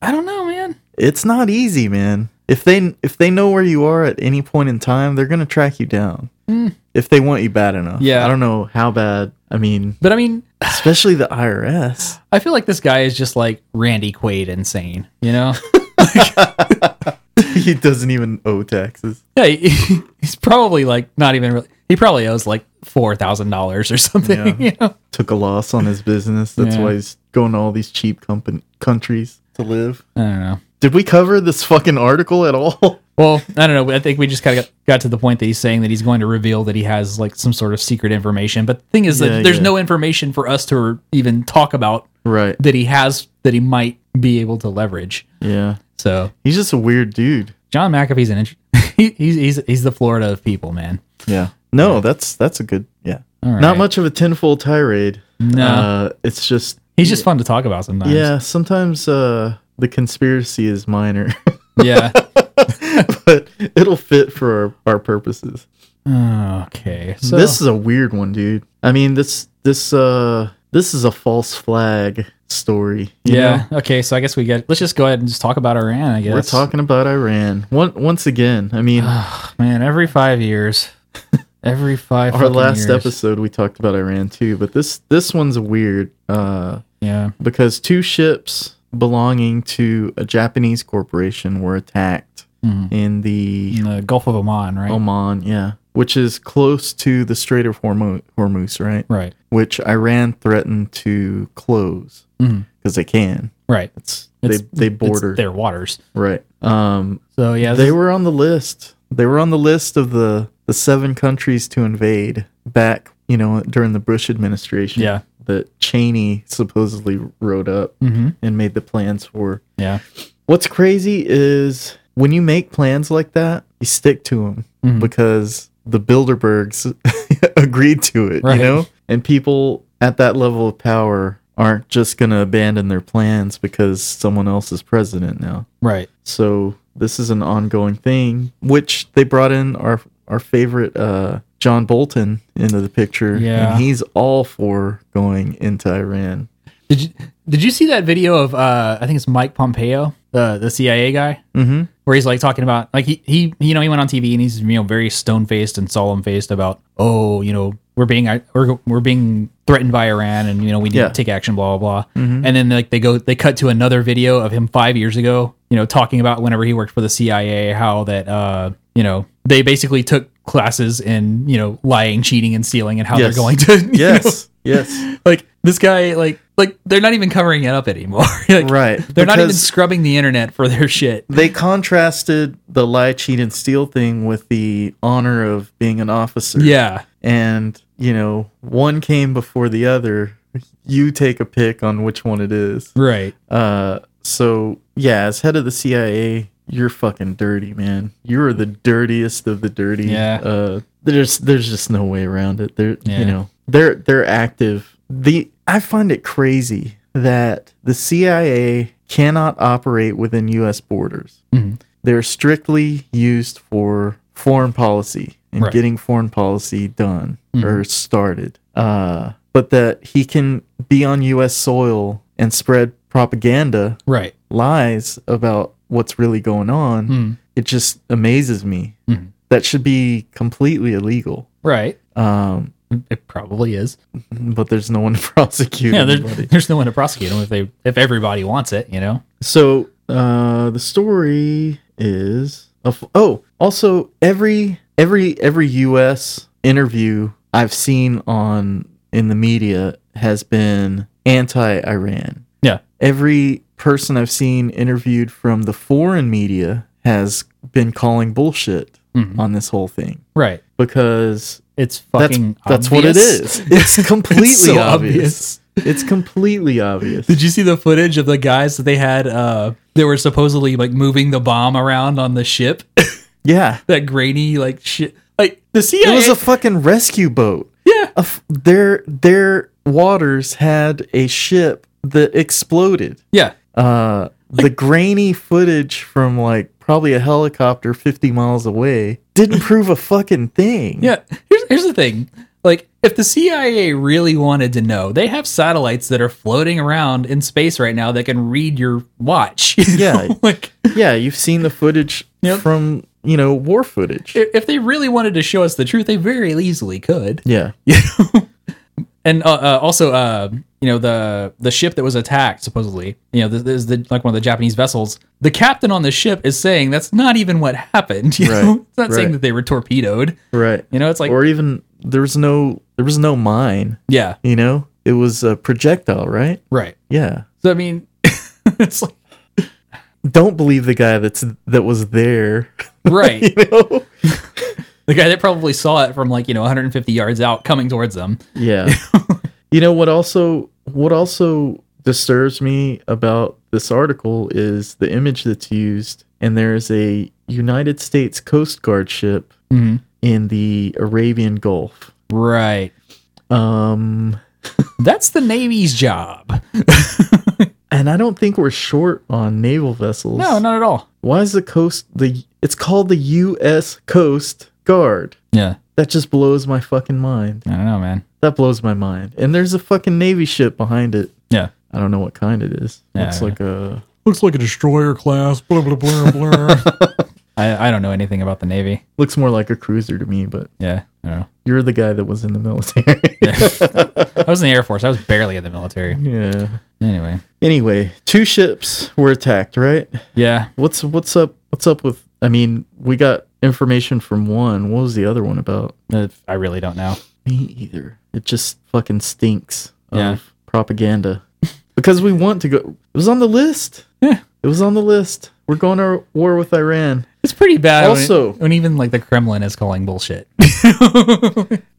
C: I don't know, man.
B: It's not easy, man. If they if they know where you are at any point in time, they're gonna track you down. If they want you bad enough.
C: Hmm. Yeah.
B: I don't know how bad I mean,
C: But I mean,
B: especially the IRS.
C: I feel like this guy is just like Randy Quaid insane, you know?
B: he doesn't even owe taxes.
C: yeah, he- he's probably like not even really. He probably owes like four thousand dollars or something.
B: Yeah.
C: You know?
B: Took a loss on his business. That's
C: Yeah.
B: why he's going to all these cheap company countries to live.
C: I don't know.
B: Did we cover this fucking article at all?
C: Well, I don't know. I think we just kind of got, got to the point that he's saying that he's going to reveal that he has like some sort of secret information. But the thing is that
B: Yeah,
C: there's
B: yeah.
C: no information for us to even talk about
B: Right.
C: that he has that he might be able to leverage.
B: Yeah.
C: So
B: He's just a weird dude.
C: John McAfee's an int- he, he's he's he's the Florida of people, man.
B: Yeah. No, that's that's a good yeah.
C: All right.
B: Not much of a tenfold tirade.
C: No.
B: Uh, it's just
C: He's just fun to talk about sometimes.
B: yeah, sometimes uh the conspiracy is minor.
C: Yeah.
B: but it'll fit for our, our purposes.
C: okay. So
B: this is a weird one, dude. I mean, this this uh this is a false flag story. you
C: yeah.
B: know?
C: Okay. So I guess we get. Let's just go ahead and just talk about Iran. I guess
B: We're talking about Iran. One, once again, I mean,
C: Ah, Man, every five years, every five.
B: our
C: fucking
B: last
C: years.
B: episode we talked about Iran too, but this this one's weird uh,
C: Yeah.
B: because two ships belonging to a Japanese corporation were attacked
C: Mhm.
B: in the
C: In the Gulf of Oman, right?
B: Oman, yeah, which is close to the Strait of Hormu- Hormuz, right?
C: Right.
B: Which Iran threatened to close because
C: Mhm.
B: they can.
C: Right.
B: It's,
C: It's-
B: they they
C: It's
B: border
C: their waters.
B: right. Um,
C: So yeah,
B: they
C: this-
B: were on the list. They were on the list of the the seven countries to invade back, you know, during the Bush administration.
C: Yeah.
B: that Cheney supposedly wrote up
C: Mhm.
B: and made the plans for.
C: Yeah.
B: What's crazy is when you make plans like that, you stick to them
C: Mhm.
B: because the Bilderbergs agreed to it,
C: Right.
B: you know? And people at that level of power aren't just going to abandon their plans because someone else is president now.
C: Right.
B: So this is an ongoing thing, which they brought in our our favorite uh, John Bolton into the picture,
C: Yeah.
B: and he's all for going into Iran.
C: Did you Did you see that video of uh I think it's Mike Pompeo, the the CIA guy,
B: Mm-hmm.
C: where he's like talking about like he he you know he went on TV and he's you know very stone faced and solemn faced about oh you know we're being we're we're being threatened by Iran and you know we need
B: Yeah.
C: to take action blah blah blah
B: Mhm.
C: and then like they go they cut to another video of him five years ago you know talking about whenever he worked for the CIA how that uh you know they basically took classes in you know lying cheating and stealing and how
B: Yes.
C: they're going to you
B: Yes, yes,
C: know, like this guy like like they're not even covering it up anymore like,
B: right.
C: they're not even
B: Because-
C: scrubbing the internet for their shit
B: they contrasted the lie, cheat, and steal thing with the honor of being an officer.
C: yeah
B: And, you know, one came before the other. You take a pick on which one it is.
C: right
B: Uh, so, yeah, as head of the CIA, you're fucking dirty, man. You are the dirtiest of the dirty.
C: Yeah.
B: Uh, there's there's just no way around it. They're
C: Yeah.
B: you know they're they're active. The I find it crazy that the CIA cannot operate within U.S. borders.
C: Mhm.
B: They're strictly used for foreign policy and
C: Right.
B: getting foreign policy done
C: Mhm.
B: or started. Uh, but that he can be on U.S. soil and spread propaganda,
C: right
B: lies about what's really going on.
C: Hmm.
B: It just amazes me.
C: Mhm.
B: That should be completely illegal.
C: right
B: Um,
C: it probably is
B: but there's no one to prosecute
C: yeah, there's,
B: anybody.
C: there's no one to prosecute them if they if everybody wants it, you know.
B: So uh, the story is a f- oh, also every every every U.S. interview I've seen on in the media has been anti-Iran.
C: Yeah.
B: every person I've seen interviewed from the foreign media has been calling bullshit
C: Mhm.
B: on this whole thing
C: Right.
B: because
C: It's fucking.
B: that's that's what it
C: obvious.
B: is. It's completely
C: It's so
B: obvious. It's completely obvious.
C: Did you see the footage of the guys that they had? Uh, they were supposedly like moving the bomb around on the ship.
B: yeah.
C: that grainy like shit. Like the CIA.
B: It was a fucking rescue boat.
C: yeah.
B: A f- their their waters had a ship that exploded.
C: Yeah.
B: Uh, the grainy footage from like probably a helicopter 50 miles away didn't prove a fucking thing.
C: Yeah. Here's here's the thing. Like if the CIA really wanted to know, they have satellites that are floating around in space right now that can read your watch. you
B: Yeah.
C: know? like
B: yeah. You've seen the footage
C: Yep.
B: from you know war footage.
C: if if they really wanted to show us the truth, they very easily could.
B: yeah,
C: and uh, uh, also uh, you know the the ship that was attacked supposedly you know this, this is the, like one of the Japanese vessels. The captain on the ship is saying that's not even what happened. You
B: Right,
C: know? It's not saying
B: right.
C: that they were torpedoed.
B: Right.
C: You know, it's like
B: or even there was no there was no mine,
C: yeah,
B: you know? It was a projectile, right?
C: right.
B: Yeah.
C: So I mean, it's like
B: Don't believe the guy that's that was there.
C: right.
B: You know?
C: the guy that probably saw it from like you know 150 yards out coming towards them.
B: Yeah. you know what also what also disturbs me about this article is the image that's used and there is a United States Coast Guard ship in the Arabian Gulf.
C: Mm-hmm. Right.
B: Um
C: That's the Navy's job.
B: and I don't think we're short on naval vessels.
C: No, not at all.
B: Why is the coast the it's called the US Coast Guard.
C: Yeah,
B: That just blows my fucking mind.
C: I don't know, man.
B: That blows my mind. And there's a fucking navy ship behind it.
C: Yeah.
B: I don't know what kind it is.
C: Yeah,
B: Looks
C: yeah.
B: like a
D: Looks like a destroyer class. Blah blah blah blah.
C: I, I don't know anything about the Navy.
B: looks more like a cruiser to me, but
C: Yeah, I don't know.
B: you're the guy that was in the military.
C: I was in the Air Force. I was barely in the military.
B: yeah.
C: Anyway.
B: Anyway, two ships were attacked, right?
C: Yeah.
B: What's what's up what's up with I mean, we got information from one. What was the other one about?
C: uh, I really don't know.
B: Me either. It just fucking stinks
C: Yeah.
B: of propaganda. because we want to go it was on the list.
C: Yeah.
B: It was on the list. We're going to war with Iran.
C: It's pretty bad. when-
B: Also-
C: when, even like the Kremlin is calling bullshit.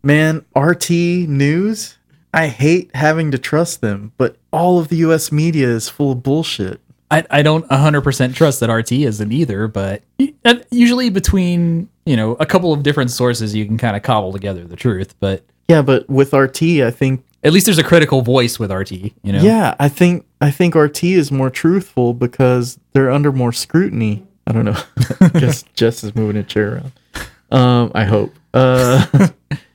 B: Man, RT News, I hate having to trust them, but all of the US media is full of bullshit.
C: I, I don't 100% trust that RT isn't either, but u- uh, usually between, you know, a couple of different sources, you can kind of cobble together the truth. But
B: Yeah, but with RT, I think
C: at least there's a critical voice with RT, you know?
B: yeah, I think I think RT is more truthful because they're under more scrutiny. I don't know. Jess Jess is moving a chair around. Um, I hope. Uh,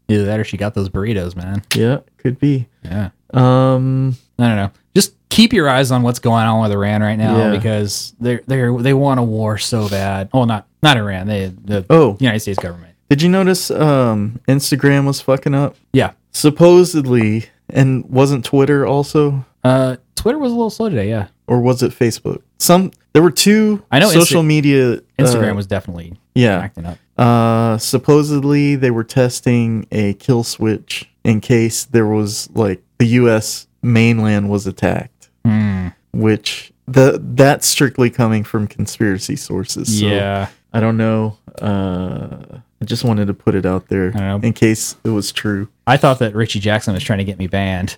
C: Either that or she got those burritos, man.
B: yeah, could be.
C: Yeah.
B: Um,
C: I don't know. Just keep your eyes on what's going on with Iran right now
B: Yeah.
C: because they're they they want a war so bad. Oh, not not Iran. They the
B: oh,
C: United States government.
B: did you notice um Instagram was fucking up?
C: Yeah.
B: Supposedly, and wasn't Twitter also?
C: Uh, Twitter was a little slow today. Yeah.
B: or was it Facebook? Some there were two.
C: I know
B: social
C: Insta-
B: media.
C: Instagram
B: uh,
C: was definitely
B: yeah.
C: acting up.
B: Uh, supposedly they were testing a kill switch in case there was like the U.S. mainland was attacked,
C: Hmm.
B: which the that's strictly coming from conspiracy sources. So
C: yeah.
B: I don't know. Uh, I just wanted to put it out there
C: I don't know.
B: in case it was true.
C: I thought that Richie Jackson was trying to get me banned.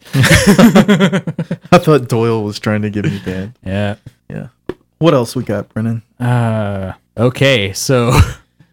B: I thought Doyle was trying to get me banned.
C: yeah.
B: Yeah. What else we got, Brennan?
C: Uh, okay, so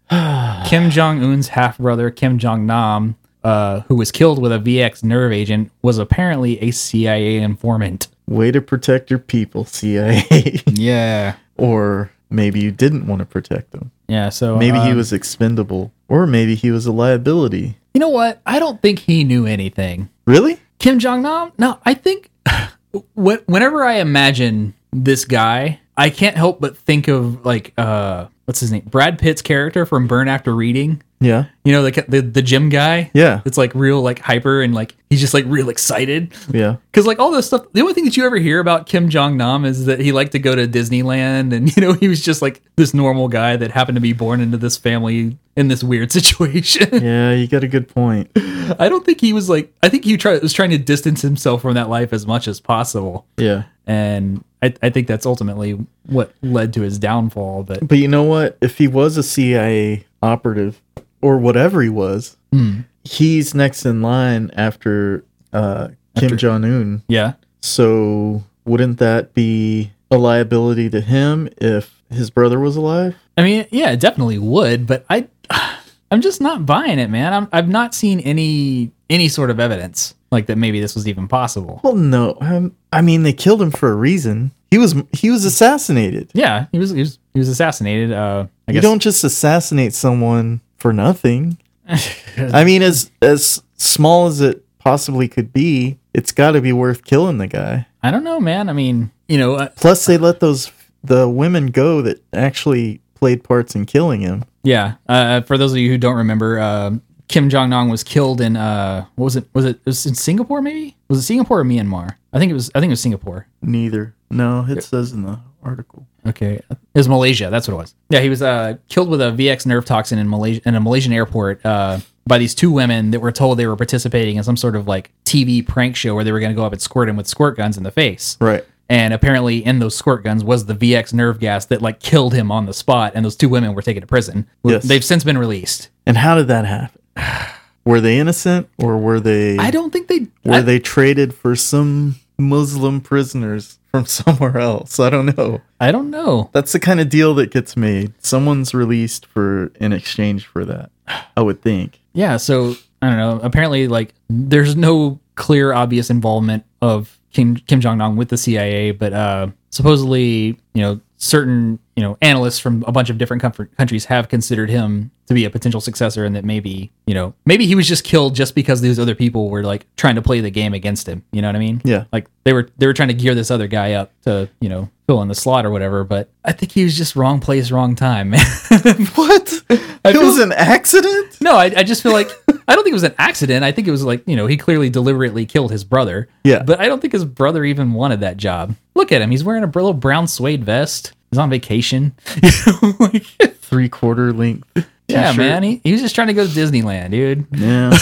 C: Kim Jong Un's half brother Kim Jong Nam, uh, who was killed with a VX nerve agent, was apparently a CIA informant.
B: Way to protect your people, CIA.
C: Yeah,
B: or maybe you didn't want to protect him.
C: yeah. So
B: Maybe he
C: um,
B: was expendable, or maybe he was a liability.
C: You know what? I don't think he knew anything.
B: Really?
C: Kim Jong Nam? No, I think when- whenever I imagine this guy, I can't help but think of like uh, what's his name? Brad Pitt's character from Burn After Reading.
B: Yeah.
C: You know, the the, the gym guy.
B: Yeah.
C: It's like real, like hyper, and like he's just like real excited.
B: Yeah.
C: Cause like all this stuff, the only thing that you ever hear about Kim Jong Nam is that he liked to go to Disneyland, and you know he was just like this normal guy that happened to be born into this family in this weird situation.
B: Yeah, you got a good point.
C: I don't think he was like. I think he try, was trying to distance himself from that life as much as possible,
B: Yeah.
C: and I, I think that's ultimately what led to his downfall. But
B: But you know what? If he was a CIA operative or whatever he was,
C: Hmm.
B: he's next in line after uh, Kim Jong Un.
C: yeah,
B: So wouldn't that be a liability to him if his brother was alive?
C: I mean, yeah, it definitely would, but I, I'm just not buying it, man. I'm, I've not seen any any sort of evidence like that. Maybe this was even possible.
B: Well, no. Um, I mean, they killed him for a reason. He was he was assassinated.
C: Yeah, he was he was, he was assassinated. Uh, I
B: you
C: guess
B: don't just assassinate someone for nothing. I mean, as as small as it possibly could be, it's got to be worth killing the guy.
C: I don't know, man. I mean, you know, uh,
B: Plus, they let those the women go that actually played parts in killing him.
C: uh, yeah. Uh, for those of you who don't remember, um Kim Jong Nam was killed in uh, what was it? Was it, it was in Singapore? Maybe was it Singapore or Myanmar? I think it was. I think it was Singapore.
B: Neither. No, it says in the article.
C: Okay, it was Malaysia. That's what it was. Yeah, he was uh, killed with a VX nerve toxin in Malaysia in a Malaysian airport uh, by these two women that were told they were participating in some sort of like TV prank show where they were going to go up and squirt him with squirt guns in the face.
B: Right.
C: And apparently, in those squirt guns was the VX nerve gas that like killed him on the spot. And those two women were taken to prison.
B: Yes.
C: They've since been released.
B: And how did that happen? Were they innocent or were they
C: I don't think they.
B: were
C: I-
B: they traded for some Muslim prisoners from somewhere else? I don't know.
C: I don't know.
B: That's the kind of deal that gets made. Someone's released for in exchange for that. I would think.
C: Yeah, so I don't know. Apparently, like, there's no clear, obvious involvement of Kim Kim Jong Nam with the CIA, but uh, supposedly, you know, certain you know analysts from a bunch of different comfort countries have considered him to be a potential successor, and that maybe you know maybe he was just killed just because these other people were like trying to play the game against him. You know what I mean?
B: Yeah.
C: Like they were they were trying to gear this other guy up to you know fill in the slot or whatever. But I think he was just wrong place, wrong time. man.
B: What? it
C: feel-
B: was an accident?
C: No, I, I just feel like I don't think it was an accident. I think it was like you know he clearly deliberately killed his brother.
B: Yeah.
C: but I don't think his brother even wanted that job. Look at him; he's wearing a br- little brown suede vest. He's on vacation. You know, like,
B: Three quarter length.
C: yeah,
B: t-shirt.
C: man, he, he was just trying to go to Disneyland, dude.
B: Yeah.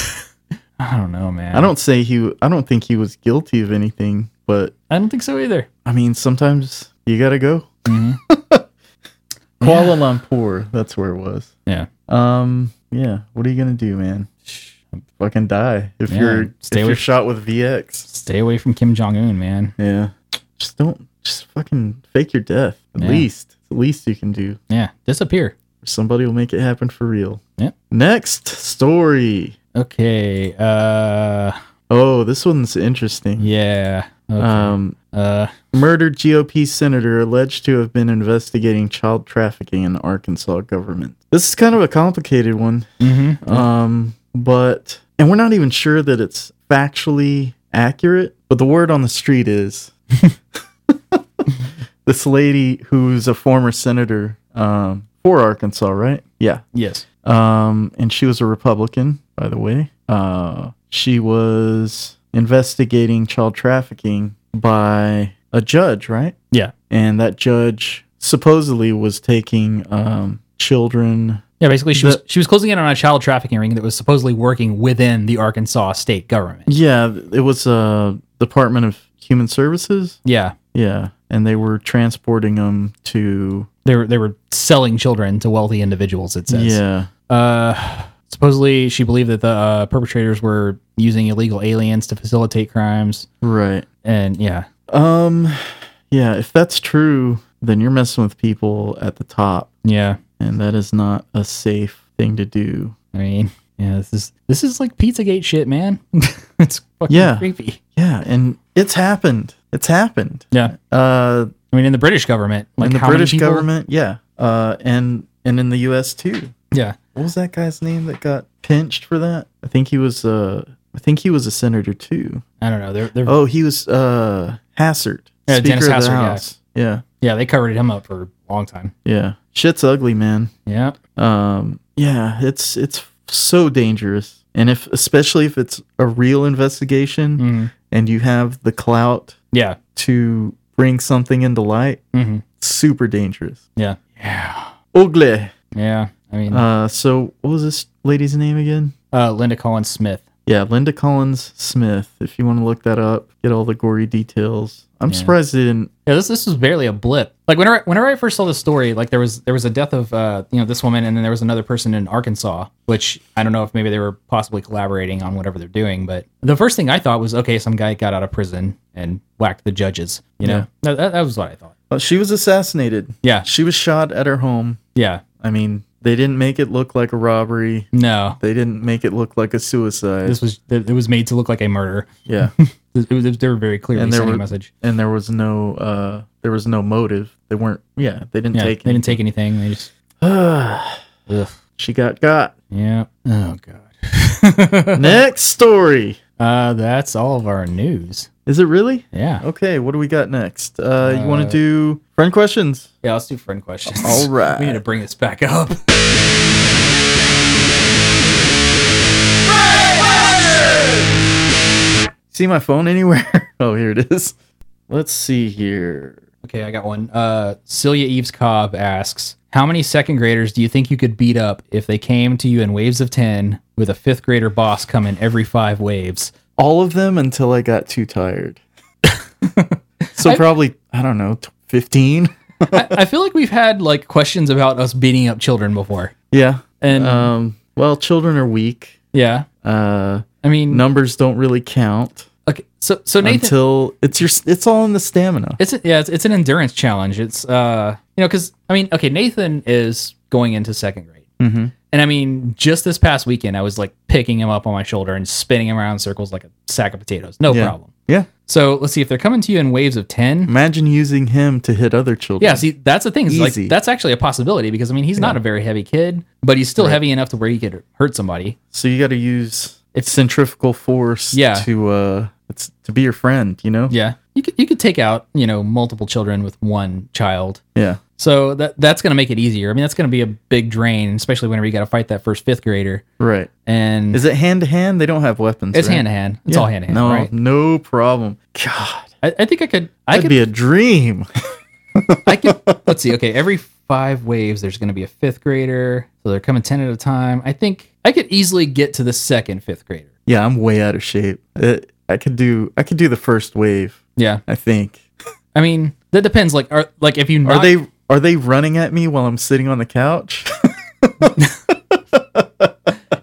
C: I don't know, man.
B: I don't say he I don't think he was guilty of anything, but
C: I don't think so either.
B: I mean sometimes you gotta go. Kuala Lumpur, that's where it was.
C: Yeah,
B: Um yeah, what are you gonna do, man?
C: Mm-hmm.
B: Fucking die if
C: Yeah,
B: you're
C: stay
B: if you're
C: with-
B: shot with VX.
C: stay away from Kim Jong Un, man.
B: Yeah. Just don't just fucking fake your death. At
C: Yeah.
B: least. It's the least you can do.
C: Yeah, disappear.
B: Somebody will make it happen for real.
C: Yeah.
B: Next story.
C: Okay. Uh,
B: Oh, this one's interesting.
C: yeah. Okay.
B: Um
C: uh,
B: murdered GOP senator alleged to have been investigating child trafficking in the Arkansas government. This is kind of a complicated one.
C: mhm.
B: Um, but and we're not even sure that it's factually accurate, but the word on the street is this lady who's a former senator um, for Arkansas, right? Yeah.
C: Yes.
B: Um, and she was a Republican, by the way. Uh, she was investigating child trafficking by a judge, right?
C: Yeah.
B: And that judge supposedly was taking um, children.
C: Yeah, basically she
B: The-
C: was she was closing in on a child trafficking ring that was supposedly working within the Arkansas state government.
B: Yeah, it was uh, Department of Human Services.
C: Yeah.
B: Yeah, and they were transporting them to.
C: They were they were selling children to wealthy individuals, it says.
B: Yeah,
C: Uh supposedly she believed that the uh, perpetrators were using illegal aliens to facilitate crimes
B: right.
C: and yeah.
B: Um, yeah. If that's true, then you're messing with people at the top.
C: Yeah.
B: and that is not a safe thing to do.
C: I mean, yeah, this is this is like Pizzagate shit, man. it's fucking
B: Yeah.
C: creepy.
B: Yeah, and it's happened. It's happened.
C: Yeah.
B: Uh,
C: I mean in the British government, like
B: in the
C: how many
B: British
C: people-
B: government, yeah, uh, and and in the U.S. too.
C: Yeah.
B: What was that guy's name that got pinched for that? I think he was. Uh, I think he was a senator too.
C: I don't know. They're they're
B: Oh, he was uh, Hassert,
C: Yeah, Dennis Hassert, yeah.
B: Yeah.
C: yeah, they covered him up for a long time.
B: yeah, yeah. Shit's ugly, man.
C: Yeah.
B: um yeah it's it's so dangerous and if especially if it's a real investigation
C: Mhm.
B: and you have the clout
C: Yeah.
B: to bring something into light
C: Mhm.
B: super dangerous
C: Yeah.
B: ugly
C: Yeah. I mean, uh,
B: uh so what was this lady's name again
C: Linda Collins Smith.
B: yeah linda collins smith if you want to look that up get all the gory details i'm
C: Yeah.
B: surprised they didn't
C: Yeah, this this was barely a blip. Like whenever whenever I first saw this story, like there was there was a death of uh you know this woman, and then there was another person in Arkansas, which I don't know if maybe they were possibly collaborating on whatever they're doing. But the first thing I thought was, okay, some guy got out of prison and whacked the judges. You know,
B: Yeah.
C: that, that, that was what I thought.
B: well, uh, she was assassinated
C: Yeah,
B: she was shot at her home
C: yeah,
B: i mean they didn't make it look like a robbery
C: no,
B: they didn't make it look like a suicide
C: this was it was made to look like a murder.
B: yeah
C: It was, they were very clearly
B: And there
C: sending
B: were-
C: a message.
B: and there was no uh there was no motive they weren't yeah they didn't
C: Yeah,
B: take
C: they didn't take anything. They just ugh.
B: she got got
C: yeah. Oh god.
B: next story
C: uh, that's all of our news.
B: is it really
C: Yeah.
B: okay what do we got next uh you want
C: Uh,
B: to do friend questions
C: Yeah, let's do friend questions.
B: All right.
C: We need to bring this back up.
B: See my phone anywhere? oh, here it is. Let's see here.
C: Okay, I got one. Uh, Celia Eves Cobb asks, "How many second graders do you think you could beat up if they came to you in waves of ten with a fifth grader boss coming every five waves?"
B: All of them until I got too tired. so
C: I-
B: probably I don't know, t- fifteen.
C: I, I feel like we've had like questions about us beating up children before,
B: Yeah.
C: and
B: Um. Well, children are weak.
C: yeah,
B: Uh,
C: I mean,
B: numbers don't really count
C: okay, so so Nathan,
B: until it's your. It's all in the stamina.
C: It's a, yeah, it's, it's an endurance challenge. It's uh, you know, because I mean, okay, Nathan is going into second grade,
B: Mhm.
C: and I mean, just this past weekend, I was like picking him up on my shoulder and spinning him around in circles like a sack of potatoes, no
B: Yeah. Mm.
C: problem.
B: Yeah.
C: So let's see if they're coming to you in waves of ten.
B: Imagine using him to hit other children.
C: Yeah, see, that's the thing. Is like
B: Easy.
C: that's actually a possibility because I mean, he's not a very heavy kid, but he's still heavy enough to where he could hurt somebody.
B: So you got to use its centrifugal force.
C: Yeah.
B: To uh, it's to be your friend. You know.
C: Yeah, you could you could take out you know multiple children with one child.
B: Yeah.
C: So that that's going to make it easier. I mean, that's going to be a big drain, especially whenever you got to fight that first fifth grader.
B: Right.
C: And
B: Is it hand to hand? They don't have weapons.
C: Mm. it's
B: right?
C: hand to hand. It's
B: Yeah.
C: all hand to hand,
B: No,
C: right?
B: no problem. God,
C: I, I think I could. I
B: that'd
C: could.
B: be a dream.
C: I could. let's see. Okay, every five waves, there's going to be a fifth grader. So they're coming ten at a time. I think I could easily get to the second fifth grader.
B: yeah, I'm way out of shape. It, I could do. I could do the first wave.
C: Yeah.
B: I think.
C: I mean, that depends. Like, are like if you knock,
B: Are they? Are they running at me while I'm sitting on the couch?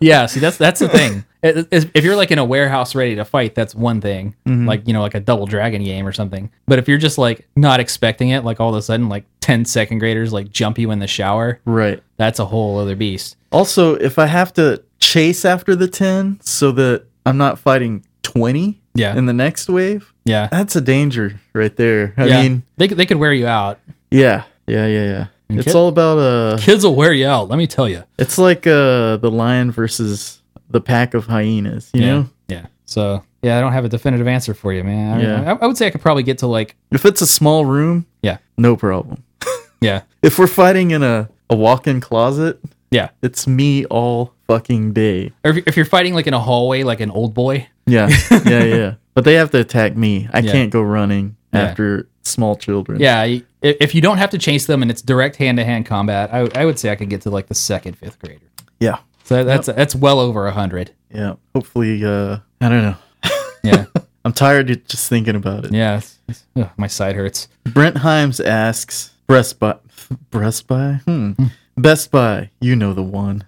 C: Yeah. See, that's that's the thing. It- it's- If you're like in a warehouse ready to fight, that's one thing.
B: Mm-hmm.
C: Like you know, like a double dragon game or something. But if you're just like not expecting it, like all of a sudden, like 10 second graders like jump you in the shower,
B: right.
C: that's a whole other beast.
B: Also, if I have to chase after the 10 so that I'm not fighting 20
C: Yeah.
B: in the next wave,
C: yeah.
B: that's a danger right there. I
C: yeah.
B: mean,
C: they could- they could wear you out.
B: yeah. Yeah, yeah, yeah. It's
C: Okay.
B: all about uh
C: Kids will wear you out. Let me tell you.
B: it's like uh the lion versus the pack of hyenas, you
C: yeah.
B: know?
C: Yeah. So yeah, I don't have a definitive answer for you, man. I,
B: Yeah.
C: I, I would say I could probably get to like
B: If it's a small room,
C: Yeah.
B: No problem.
C: yeah
B: If we're fighting in a a walk-in closet,
C: yeah.
B: it's me all fucking day.
C: Or if, if you're fighting like in a hallway, like an old boy.
B: Yeah. Yeah, yeah. But they have to attack me. I
C: Yeah.
B: can't go running
C: Yeah.
B: after small children.
C: Yeah, y- i- if you don't have to chase them and it's direct hand to hand combat, I, I would say I could get to like the second fifth grader.
B: Yeah.
C: So that's that's well over a hundred.
B: Yeah. Hopefully, uh, I don't know.
C: Yeah,
B: I'm tired of just thinking about it.
C: yeah. it's- it's- ugh, my side hurts.
B: Brent Himes asks, Breast Buy, Breast Buy? Hmm. Best Buy, you know the one.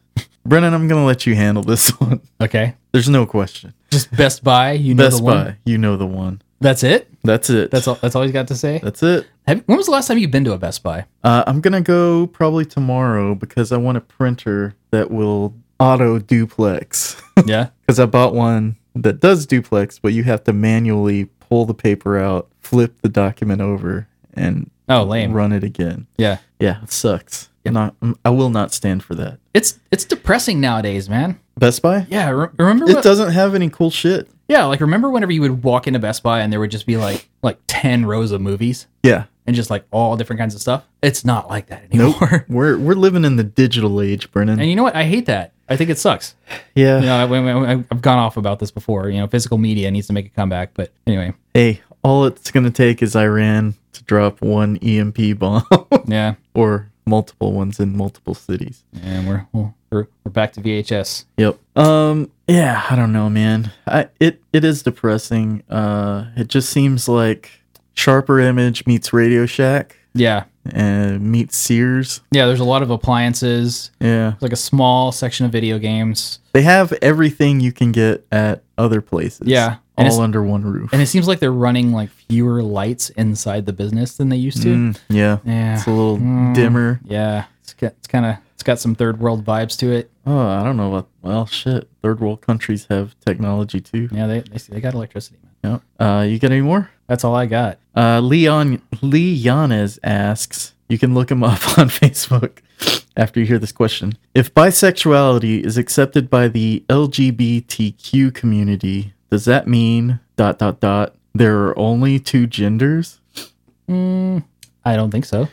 B: Brennan, I'm going to let you handle this one.
C: Okay,
B: There's no question.
C: just Best Buy. You know
B: Best
C: the
B: Buy,
C: one.
B: you know the one.
C: That's it.
B: That's it.
C: That's all. That's all he's got to say.
B: That's it.
C: Have, when was the last time you've been to a Best Buy?
B: Uh, I'm going to go probably tomorrow because I want a printer that will auto duplex.
C: Yeah.
B: because I bought one that does duplex, but you have to manually pull the paper out, flip the document over, and
C: Oh, lame.
B: run it again.
C: Yeah.
B: Yeah, it sucks. Not, mm, I will not stand for that.
C: It's it's depressing nowadays, man.
B: Best Buy?
C: Yeah. Re- remember?
B: It
C: What,
B: doesn't have any cool shit.
C: yeah. Like remember whenever you would walk into Best Buy and there would just be like like ten rows of movies
B: Yeah.
C: and just like all different kinds of stuff. It's not like that
B: Nope.
C: anymore.
B: we're we're living in the digital age, Brennan.
C: And you know what? I hate that. I think it sucks.
B: yeah.
C: You know, I, I, I- I've gone off about this before. You know, physical media needs to make a comeback. But anyway,
B: Hey, all it's gonna take is Iran to drop one EMP bomb
C: yeah,
B: or multiple ones in multiple cities.
C: and we're we're, we're back to VHS.
B: Yep. Um yeah, I don't know, man. I it it is depressing. Uh it just seems like Sharper Image meets Radio Shack
C: Yeah,
B: and meets Sears.
C: yeah. There's a lot of appliances.
B: Yeah.
C: There's like a small section of video games,
B: They have everything you can get at other places.
C: Yeah, and it's-
B: All under one roof.
C: and it seems like they're running like fewer lights inside the business than they used to.
B: Mm, yeah.
C: Yeah.
B: It's a little
C: Mm.
B: dimmer.
C: Yeah, it's got, it's kind of it's got some third world vibes to it.
B: Oh, I don't know what well shit. Third world countries have technology too.
C: Yeah, they they, they got electricity, man.
B: Yep. Uh you got any more?
C: That's all I got.
B: Uh, Leon Lee Yanez asks, you can look him up on Facebook after you hear this question. If bisexuality is accepted by the LGBTQ community, does that mean dot dot dot there are only two genders?
C: Mm, I don't think so.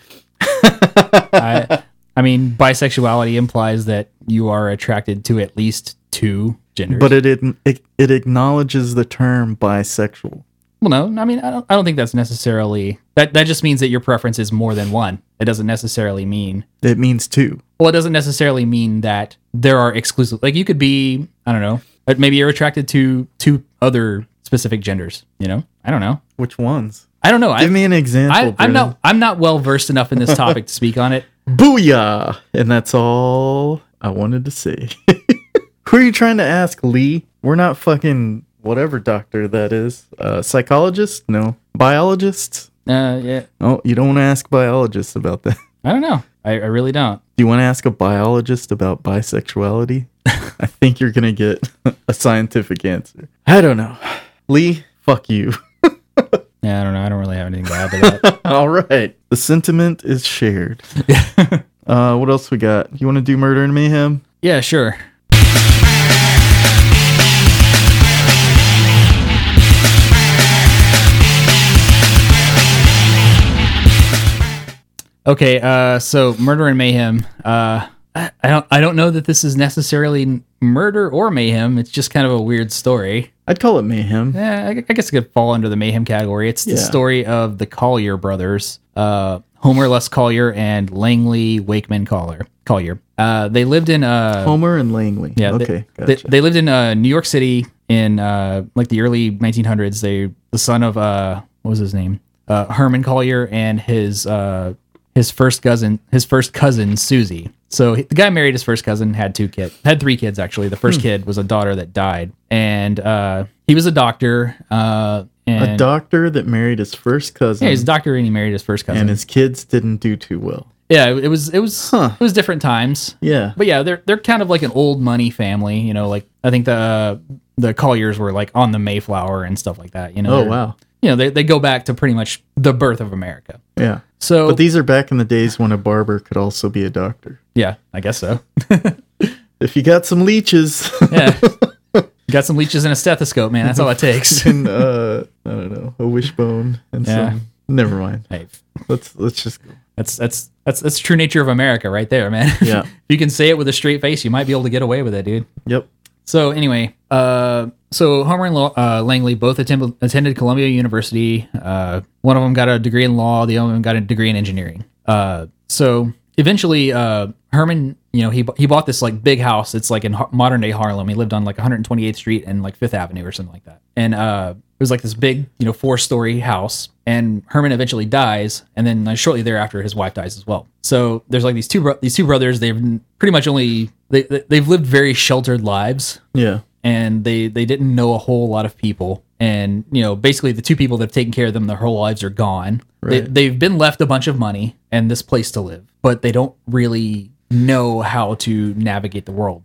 C: I, I mean, bisexuality implies that you are attracted to at least two genders.
B: But it, it it acknowledges the term bisexual.
C: well, no, I mean, I don't, I don't think that's necessarily that. That just means that your preference is more than one. It doesn't necessarily mean
B: It means two.
C: well, it doesn't necessarily mean that there are exclusive. Like you could be, I don't know, but maybe you're attracted to two other specific genders. You know, I don't know.
B: Which ones?
C: I don't know. I,
B: Give me an example.
C: I, I'm
B: Brennan.
C: not. I'm not well versed enough in this topic to speak on it.
B: Booyah! And that's all I wanted to say. Who are you trying to ask, Lee? We're not fucking whatever doctor that is. Uh, psychologist? No. Biologist?
C: Uh, yeah,
B: Oh, you don't want to ask biologists about that.
C: I don't know. I, I really don't.
B: Do you want to ask a biologist about bisexuality? I think you're gonna get a scientific answer. I don't know. Lee, fuck you.
C: Yeah, I don't know. I don't really have anything to add to that.
B: All right. The sentiment is shared. uh, what else we got? You want to do murder and mayhem?
C: yeah, sure. Okay, uh, so murder and mayhem. Uh, I I don't. I don't know that this is necessarily murder or mayhem. It's just kind of a weird story.
B: I'd call it mayhem.
C: Yeah, I, I guess it could fall under the mayhem category. It's the
B: Mm-hmm. Yeah.
C: story of the Collier brothers, uh, Homer Les Collier and Langley Wakeman Collier. Collier. Uh, they lived in uh,
B: Homer and Langley.
C: yeah, they-
B: Okay.
C: They,
B: gotcha.
C: they lived in uh, New York City in uh, like the early 1900s. They the son of uh, what was his name? Uh, Herman Collier and his uh, his first cousin his first cousin Susie. So he- the guy married his first cousin, had two kids, had three kids actually. The
B: Hmm.
C: first kid was a daughter that died, and uh, he was a doctor. Uh, and
B: a doctor that married his first cousin
C: yeah, he's a doctor, and he married his first cousin.
B: and his kids didn't do too well.
C: yeah, it was it was
B: Huh.
C: it was different times.
B: Yeah.
C: But yeah, they're they're kind of like an old money family, you know. Like I think the uh, the Colliers were like on the Mayflower and stuff like that, you know.
B: Oh
C: They're-
B: wow.
C: You know, they they go back to pretty much the birth of America.
B: Yeah.
C: So
B: But these are back in the days when a barber could also be a doctor.
C: yeah, I guess so.
B: If you got some leeches
C: Yeah. Got some leeches and a stethoscope, man. That's all it takes.
B: and uh I don't know, a wishbone and
C: Yeah.
B: some never mind.
C: Hey,
B: Let's let's just go.
C: that's that's that's that's the true nature of America, right there, man.
B: Yeah.
C: if you can say it with a straight face, you might be able to get away with it, dude.
B: Yep.
C: So anyway, uh, so Homer and Lo- uh, Langley both attend- attended Columbia University. Uh, one of them got a degree in law. The other one got a degree in engineering. Uh, so eventually, uh, Herman, you know, he bu- he bought this like big house. It's like in ha- modern day Harlem. He lived on like 128th Street and like Fifth Avenue or something like that. And uh, it was like this big, you know, four story house. And Herman eventually dies, and then like, shortly thereafter, his wife dies as well. So there's like these two bro- these two brothers. They've n- pretty much only they, they they've lived very sheltered lives
B: Yeah.
C: and they they didn't know a whole lot of people and you know basically the two people that have taken care of them their whole lives are gone
B: Right.
C: they, they've been left a bunch of money and this place to live but they don't really know how to navigate the world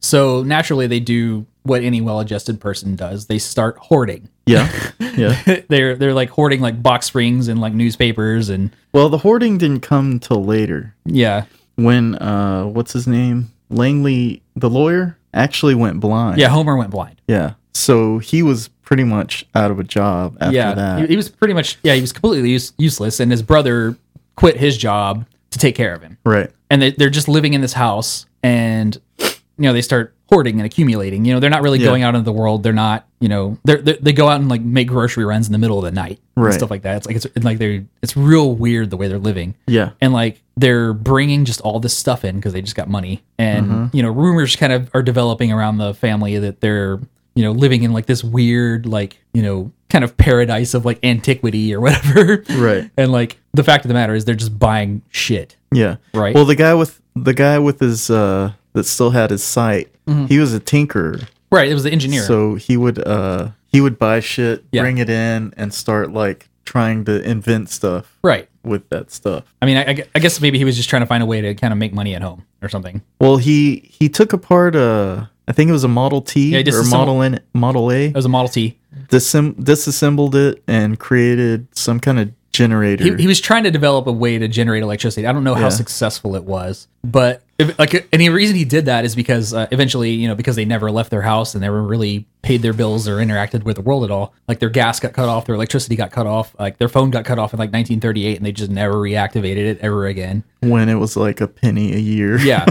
C: so naturally they do what any well-adjusted person does they start hoarding
B: Yeah. Yeah.
C: they're they're like hoarding like box springs and like newspapers and
B: Well, the hoarding didn't come till later
C: yeah
B: when uh what's his name? Langley the lawyer actually went blind.
C: yeah homer went blind
B: Yeah. So he was pretty much out of a job after
C: yeah
B: that.
C: He, he was pretty much yeah he was completely use, useless and his brother quit his job to take care of him
B: right.
C: and they, they're just living in this house and you know they start hoarding and accumulating you know they're not really
B: Yeah.
C: going out into the world they're not you know they're, they they go out and like make grocery runs in the middle of the night
B: Right.
C: and stuff like that it's like it's it's like they're it's real weird the way they're living
B: Yeah.
C: and like they're bringing just all this stuff in because they just got money and
B: Mm-hmm.
C: you know rumors kind of are developing around the family that they're you know living in like this weird like you know kind of paradise of like antiquity or whatever
B: Right.
C: and like the fact of the matter is they're just buying shit
B: Yeah.
C: right
B: Well, the guy with the guy with his uh that still had his sight,
C: Mm-hmm.
B: he was a tinkerer.
C: right it was the engineer
B: So he would uh he would buy shit,
C: Yeah.
B: bring it in and start like trying to invent stuff
C: right
B: with that stuff.
C: i mean I- I, gu- I guess maybe he was just trying to find a way to kind of make money at home or something
B: Well, he he took apart a I think it was a Model T
C: Yeah,
B: or
C: he disassembled- Oh.
B: Model N, Model A.
C: it was a model t
B: Disem- disassembled it and created some kind of generator.
C: he, he was trying to develop a way to generate electricity. I don't know how
B: Yeah.
C: successful it was, but if, like, and the reason he did that is because uh, eventually, you know, because they never left their house and never really paid their bills or interacted with the world at all. Like their gas got cut off, their electricity got cut off, like their phone got cut off in like 1938, and they just never reactivated it ever again.
B: when it was like a penny a year.
C: Yeah.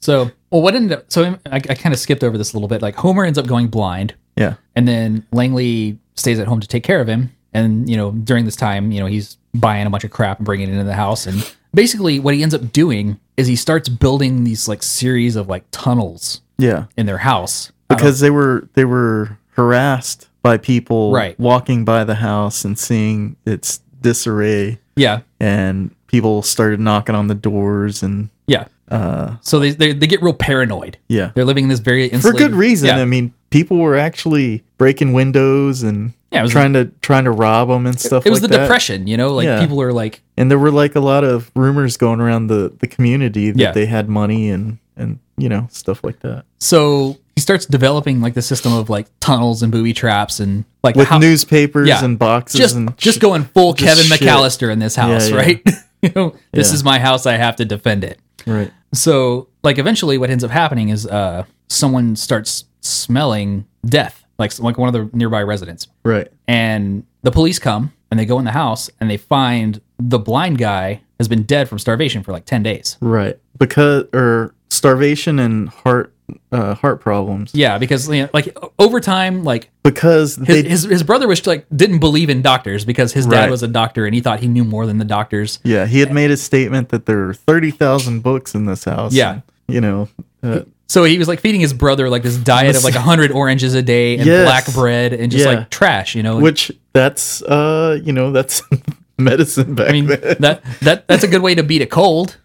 C: So, well, what ended up? So I, I kind of skipped over this a little bit. Like Homer ends up going blind,
B: Yeah.
C: and then Langley stays at home to take care of him. And you know, during this time, you know, he's buying a bunch of crap and bringing it into the house. And basically, what he ends up doing is he starts building these like series of like tunnels
B: Yeah.
C: in their house Uh, I don't-
B: Because they were they were harassed by people
C: Right.
B: walking by the house and seeing its disarray
C: yeah,
B: and people started knocking on the doors and
C: yeah.
B: uh
C: So they, they they get real paranoid.
B: yeah.
C: They're living in this very
B: For
C: insulated,
B: good reason.
C: Yeah,
B: I mean, people were actually breaking windows and
C: Yeah, it was-
B: trying to trying to rob them and stuff
C: it was
B: like
C: the
B: that.
C: depression. You know, like
B: Yeah.
C: people are like,
B: and there were like a lot of rumors going around the the community that
C: Yeah.
B: they had money and and you know stuff like that
C: so he starts developing like the system of like tunnels and booby traps and like
B: with
C: how-
B: newspapers
C: yeah.
B: and boxes
C: just
B: and
C: just
B: sh-
C: going full
B: just
C: Kevin
B: shit.
C: McAllister in this house,
B: yeah.
C: right? you know, this
B: Yeah.
C: is my house. I have to defend it.
B: right
C: So, like, eventually, what ends up happening is uh, someone starts smelling death, like like one of the nearby residents,
B: right
C: and the police come and they go in the house and they find the blind guy has been dead from starvation for like ten days.
B: right because or starvation and heart uh, heart problems
C: Yeah, because you know, like o- over time, like
B: because
C: his,
B: they
C: his his brother was like didn't believe in doctors because his dad
B: Right.
C: was a doctor and he thought he knew more than the doctors.
B: yeah he had made a statement that there are thirty thousand books in this house
C: Yeah.
B: and, you know uh,
C: So he was like feeding his brother like this diet of like 100 oranges a day and
B: Yes.
C: black bread and just
B: Yeah.
C: like trash, you know. and-
B: which that's uh you know that's medicine back
C: I mean,
B: then
C: that that that's a good way to beat a cold.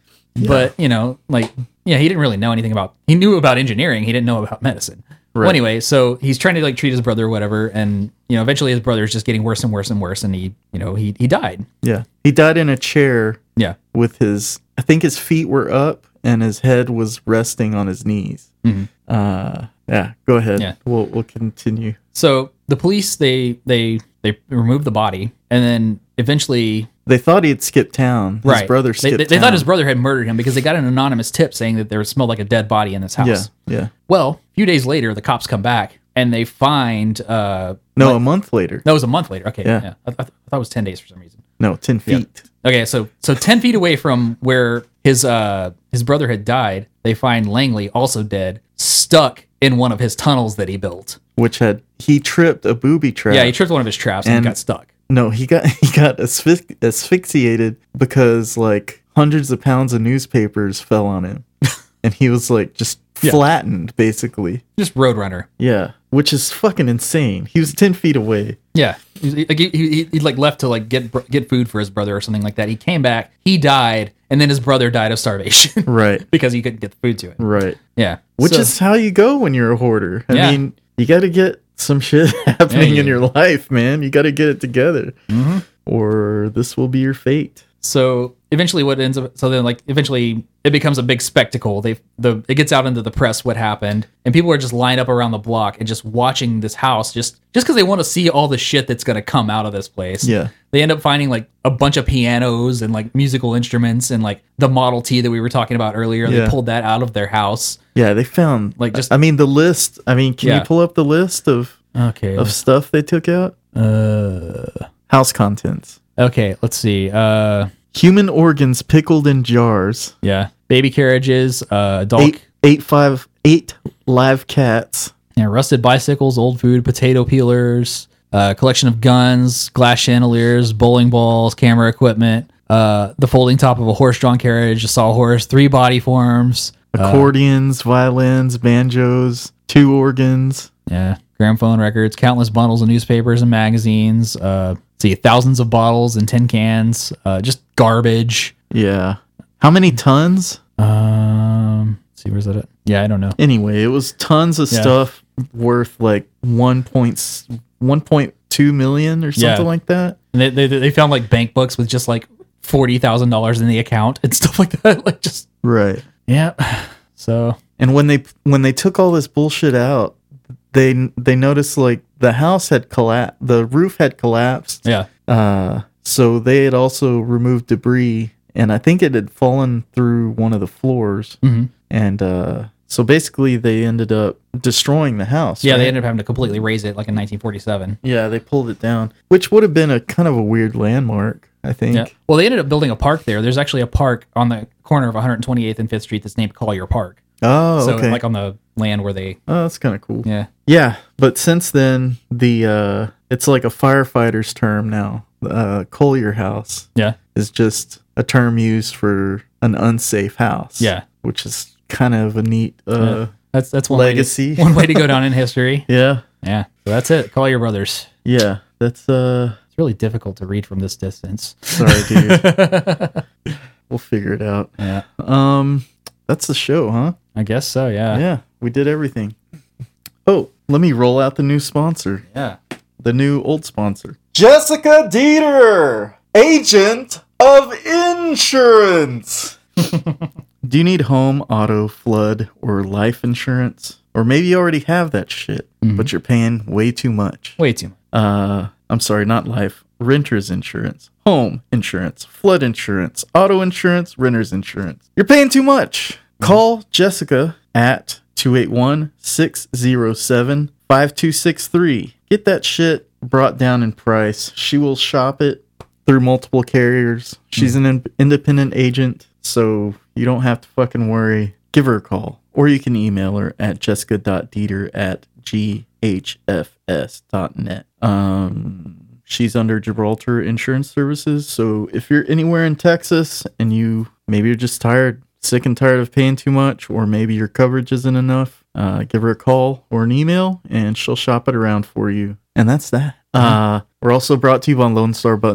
C: But, you know, like yeah, he didn't really know anything about he knew about engineering, he didn't know about medicine. Well,
B: Right.
C: anyway, so he's trying to like treat his brother or whatever and, you know, eventually his brother is just getting worse and worse and worse and he, you know, he he died.
B: yeah he died in a chair
C: Yeah.
B: with his I think his feet were up and his head was resting on his knees.
C: Mhm.
B: Uh, yeah, go ahead.
C: Yeah.
B: We'll we'll continue.
C: So the police they they they removed the body and then eventually
B: They thought he had skipped town. His
C: right.
B: brother
C: They,
B: skipped
C: they, they
B: town.
C: thought his brother had murdered him because they got an anonymous tip saying that there smelled like a dead body in this house.
B: Yeah, yeah.
C: Well, a few days later, the cops come back and they find. Uh,
B: No, a month later.
C: that was a month later. Okay, yeah,
B: Yeah.
C: I, I, th- I thought it was ten days for some reason.
B: No, ten feet.
C: Okay, so so ten feet away from where his uh his brother had died, they find Langley also dead, stuck in one of his tunnels that he built.
B: Which had he tripped a booby trap.
C: Yeah, he tripped one of his traps and,
B: And-
C: got stuck.
B: no, he got he got asphy- asphyxiated because like hundreds of pounds of newspapers fell on him, and he was like just
C: Yeah.
B: flattened basically.
C: Just Roadrunner.
B: Yeah, which is fucking insane. He was ten feet away.
C: Yeah, he, he- like he, he, he like left to like get br- get food for his brother or something like that. He came back, he died, and then his brother died of starvation
B: Right.
C: because he couldn't get the food to it.
B: Right.
C: Yeah,
B: Which
C: So-
B: is how you go when you're a hoarder. I
C: Yeah.
B: mean, you got to get some shit happening
C: you
B: in
C: do.
B: your life, man. You got to get it together.
C: Mhm.
B: Or this will be your fate.
C: So eventually, what ends up so then like eventually it becomes a big spectacle. They the it gets out into the press what happened, and people are just lined up around the block and just watching this house just just because they want to see all the shit that's gonna come out of this place.
B: Yeah.
C: They end up finding like a bunch of pianos and like musical instruments and like the Model T that we were talking about earlier. They
B: Yeah.
C: pulled that out of their house.
B: Yeah, they found
C: Like, just-
B: I mean, the list. I mean, can
C: Yeah.
B: you pull up the list of
C: Okay.
B: of stuff they took out?
C: Uh,
B: House contents:
C: okay. Let's see. Uh,
B: human organs pickled in jars,
C: yeah. Baby carriages. Uh, dog.
B: eight, eight, five, eight live cats,
C: Yeah, rusted bicycles, old food, potato peelers, uh, collection of guns, glass chandeliers, bowling balls, camera equipment, uh, the folding top of a horse-drawn carriage, a sawhorse, three body forms,
B: accordions, violins, banjos, two organs.
C: yeah, gramophone records, countless bundles of newspapers and magazines. Uh, see, thousands of bottles and tin cans, uh, just garbage.
B: Yeah, how many tons?
C: Um, let's see, where's that at? Yeah, I don't know.
B: anyway, it was tons of
C: Yeah.
B: stuff worth like 1.2 1.2 million or something
C: Yeah.
B: like that.
C: And they, they they found like bank books with just like forty thousand dollars in the account and stuff like that. like just
B: Right.
C: yeah. So
B: And when they when they took all this bullshit out, they they noticed like the house had collapsed, the roof had collapsed.
C: yeah.
B: Uh so they had also removed debris and I think it had fallen through one of the floors
C: hmm
B: and uh so basically they ended up destroying the house.
C: Yeah,
B: right?
C: they ended up having to completely raise it like in 1947.
B: Yeah, they pulled it down, which would have been a kind of a weird landmark, I think.
C: Yeah. Well, they ended up building a park there. There's actually a park on the corner of 128th and 5th Street that's named Collier Park.
B: Oh,
C: so
B: okay.
C: like on the land where they
B: oh, that's kind of cool.
C: yeah
B: Yeah, but since then the uh it's like a firefighter's term now. Uh Collier house
C: yeah
B: is just a term used for an unsafe house.
C: yeah
B: Which is kind of a neat uh
C: that's that's one
B: Legacy.
C: way to, one way to go down in history.
B: yeah.
C: Yeah, so that's it. Call your brothers.
B: Yeah. That's uh
C: It's really difficult to read from this distance.
B: sorry dude. we'll figure it out.
C: Yeah,
B: Um that's the show, huh?
C: I guess so. Yeah,
B: yeah, we did everything. Oh, let me roll out the new sponsor.
C: yeah.
B: the new old sponsor. Jessica Dieter, agent of insurance. Do you need home, auto, flood, or life insurance? Or maybe you already have that shit, but you're paying way too much.
C: Way too much.
B: Uh, I'm sorry, not life, renter's insurance, home insurance, flood insurance, auto insurance, renter's insurance. You're paying too much. Call Jessica at 281 607 5263. Get that shit brought down in price. She will shop it through multiple carriers. She's an in- independent agent, so you don't have to fucking worry. Give her a call. Or you can email her at jessica.dieter at ghfs.net. Um, she's under Gibraltar Insurance Services, so if you're anywhere in Texas and you maybe you're just tired, sick and tired of paying too much, or maybe your coverage isn't enough, uh, give her a call or an email and she'll shop it around for you. And that's that. Uh, we're also brought to you on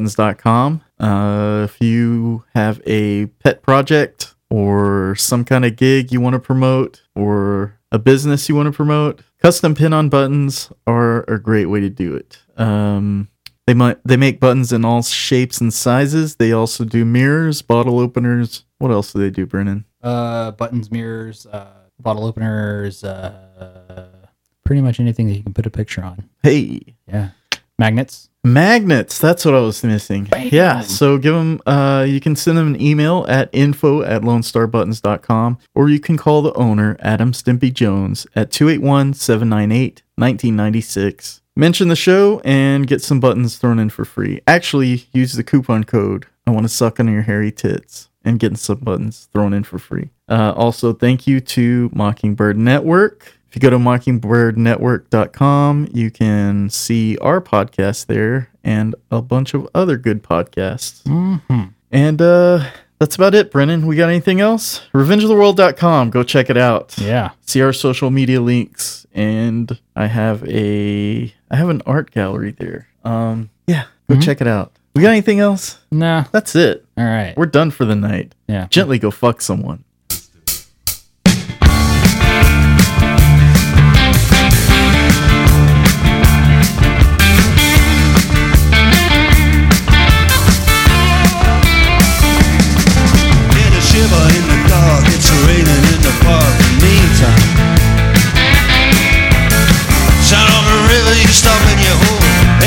B: LoneStarButtons.com. Uh, if you have a pet project or some kind of gig you want to promote or a business you want to promote, custom pin on buttons are a great way to do it. Um, they might they make buttons in all shapes and sizes. They also do mirrors, bottle openers. What else do they do, Brennan?
C: Uh, buttons, mirrors, uh, bottle openers, uh, pretty much anything that you can put a picture on.
B: Hey,
C: Yeah, magnets.
B: Magnets. That's what I was missing. Yeah. So give them, uh, you can send them an email at info at lonestarbuttons.com or you can call the owner, Adam Stimpy Jones, at 281 798 1996. Mention the show and get some buttons thrown in for free. Actually, use the coupon code I want to suck on your hairy tits and get some buttons thrown in for free. Uh, also, thank you to Mockingbird Network. If you go to mockingbirdnetwork.com, you can see our podcast there and a bunch of other good podcasts.
C: Mm-hmm.
B: And uh, that's about it, Brennan. We got anything else? Revengeoftheworld.com. Go check it out.
C: Yeah.
B: See our social media links, and I have a I have an art gallery there. Um, yeah, go check it out. We got anything else?
C: Nah.
B: That's it.
C: All right.
B: We're done for the night.
C: Yeah.
B: Gently go fuck someone.
E: And a shiver in the dark, it's raining in the park in the meantime. Sound on the river, you stop and you hold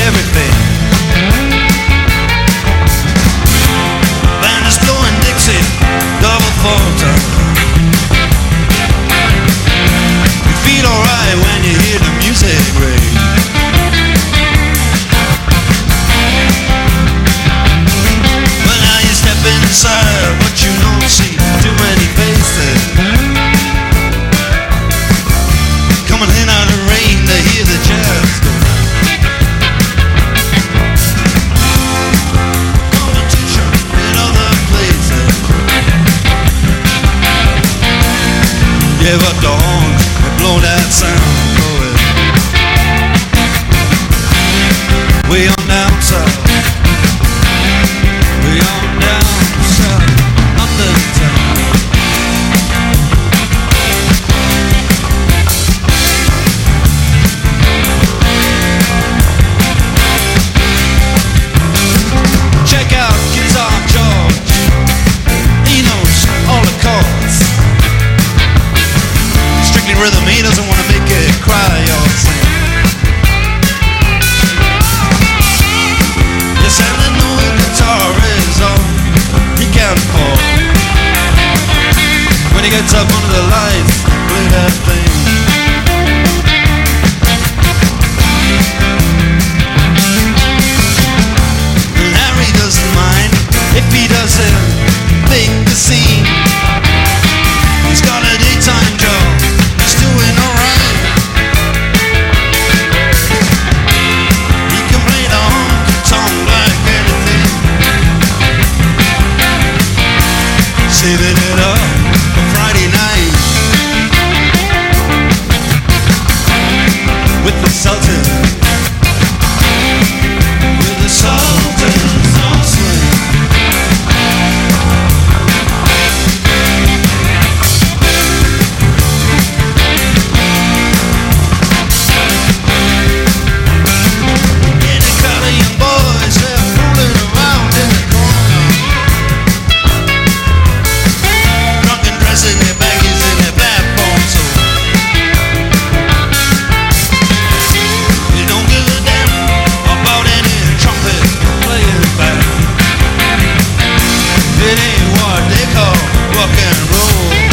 E: everything. Band is blowing Dixie, double full time. rock and roll.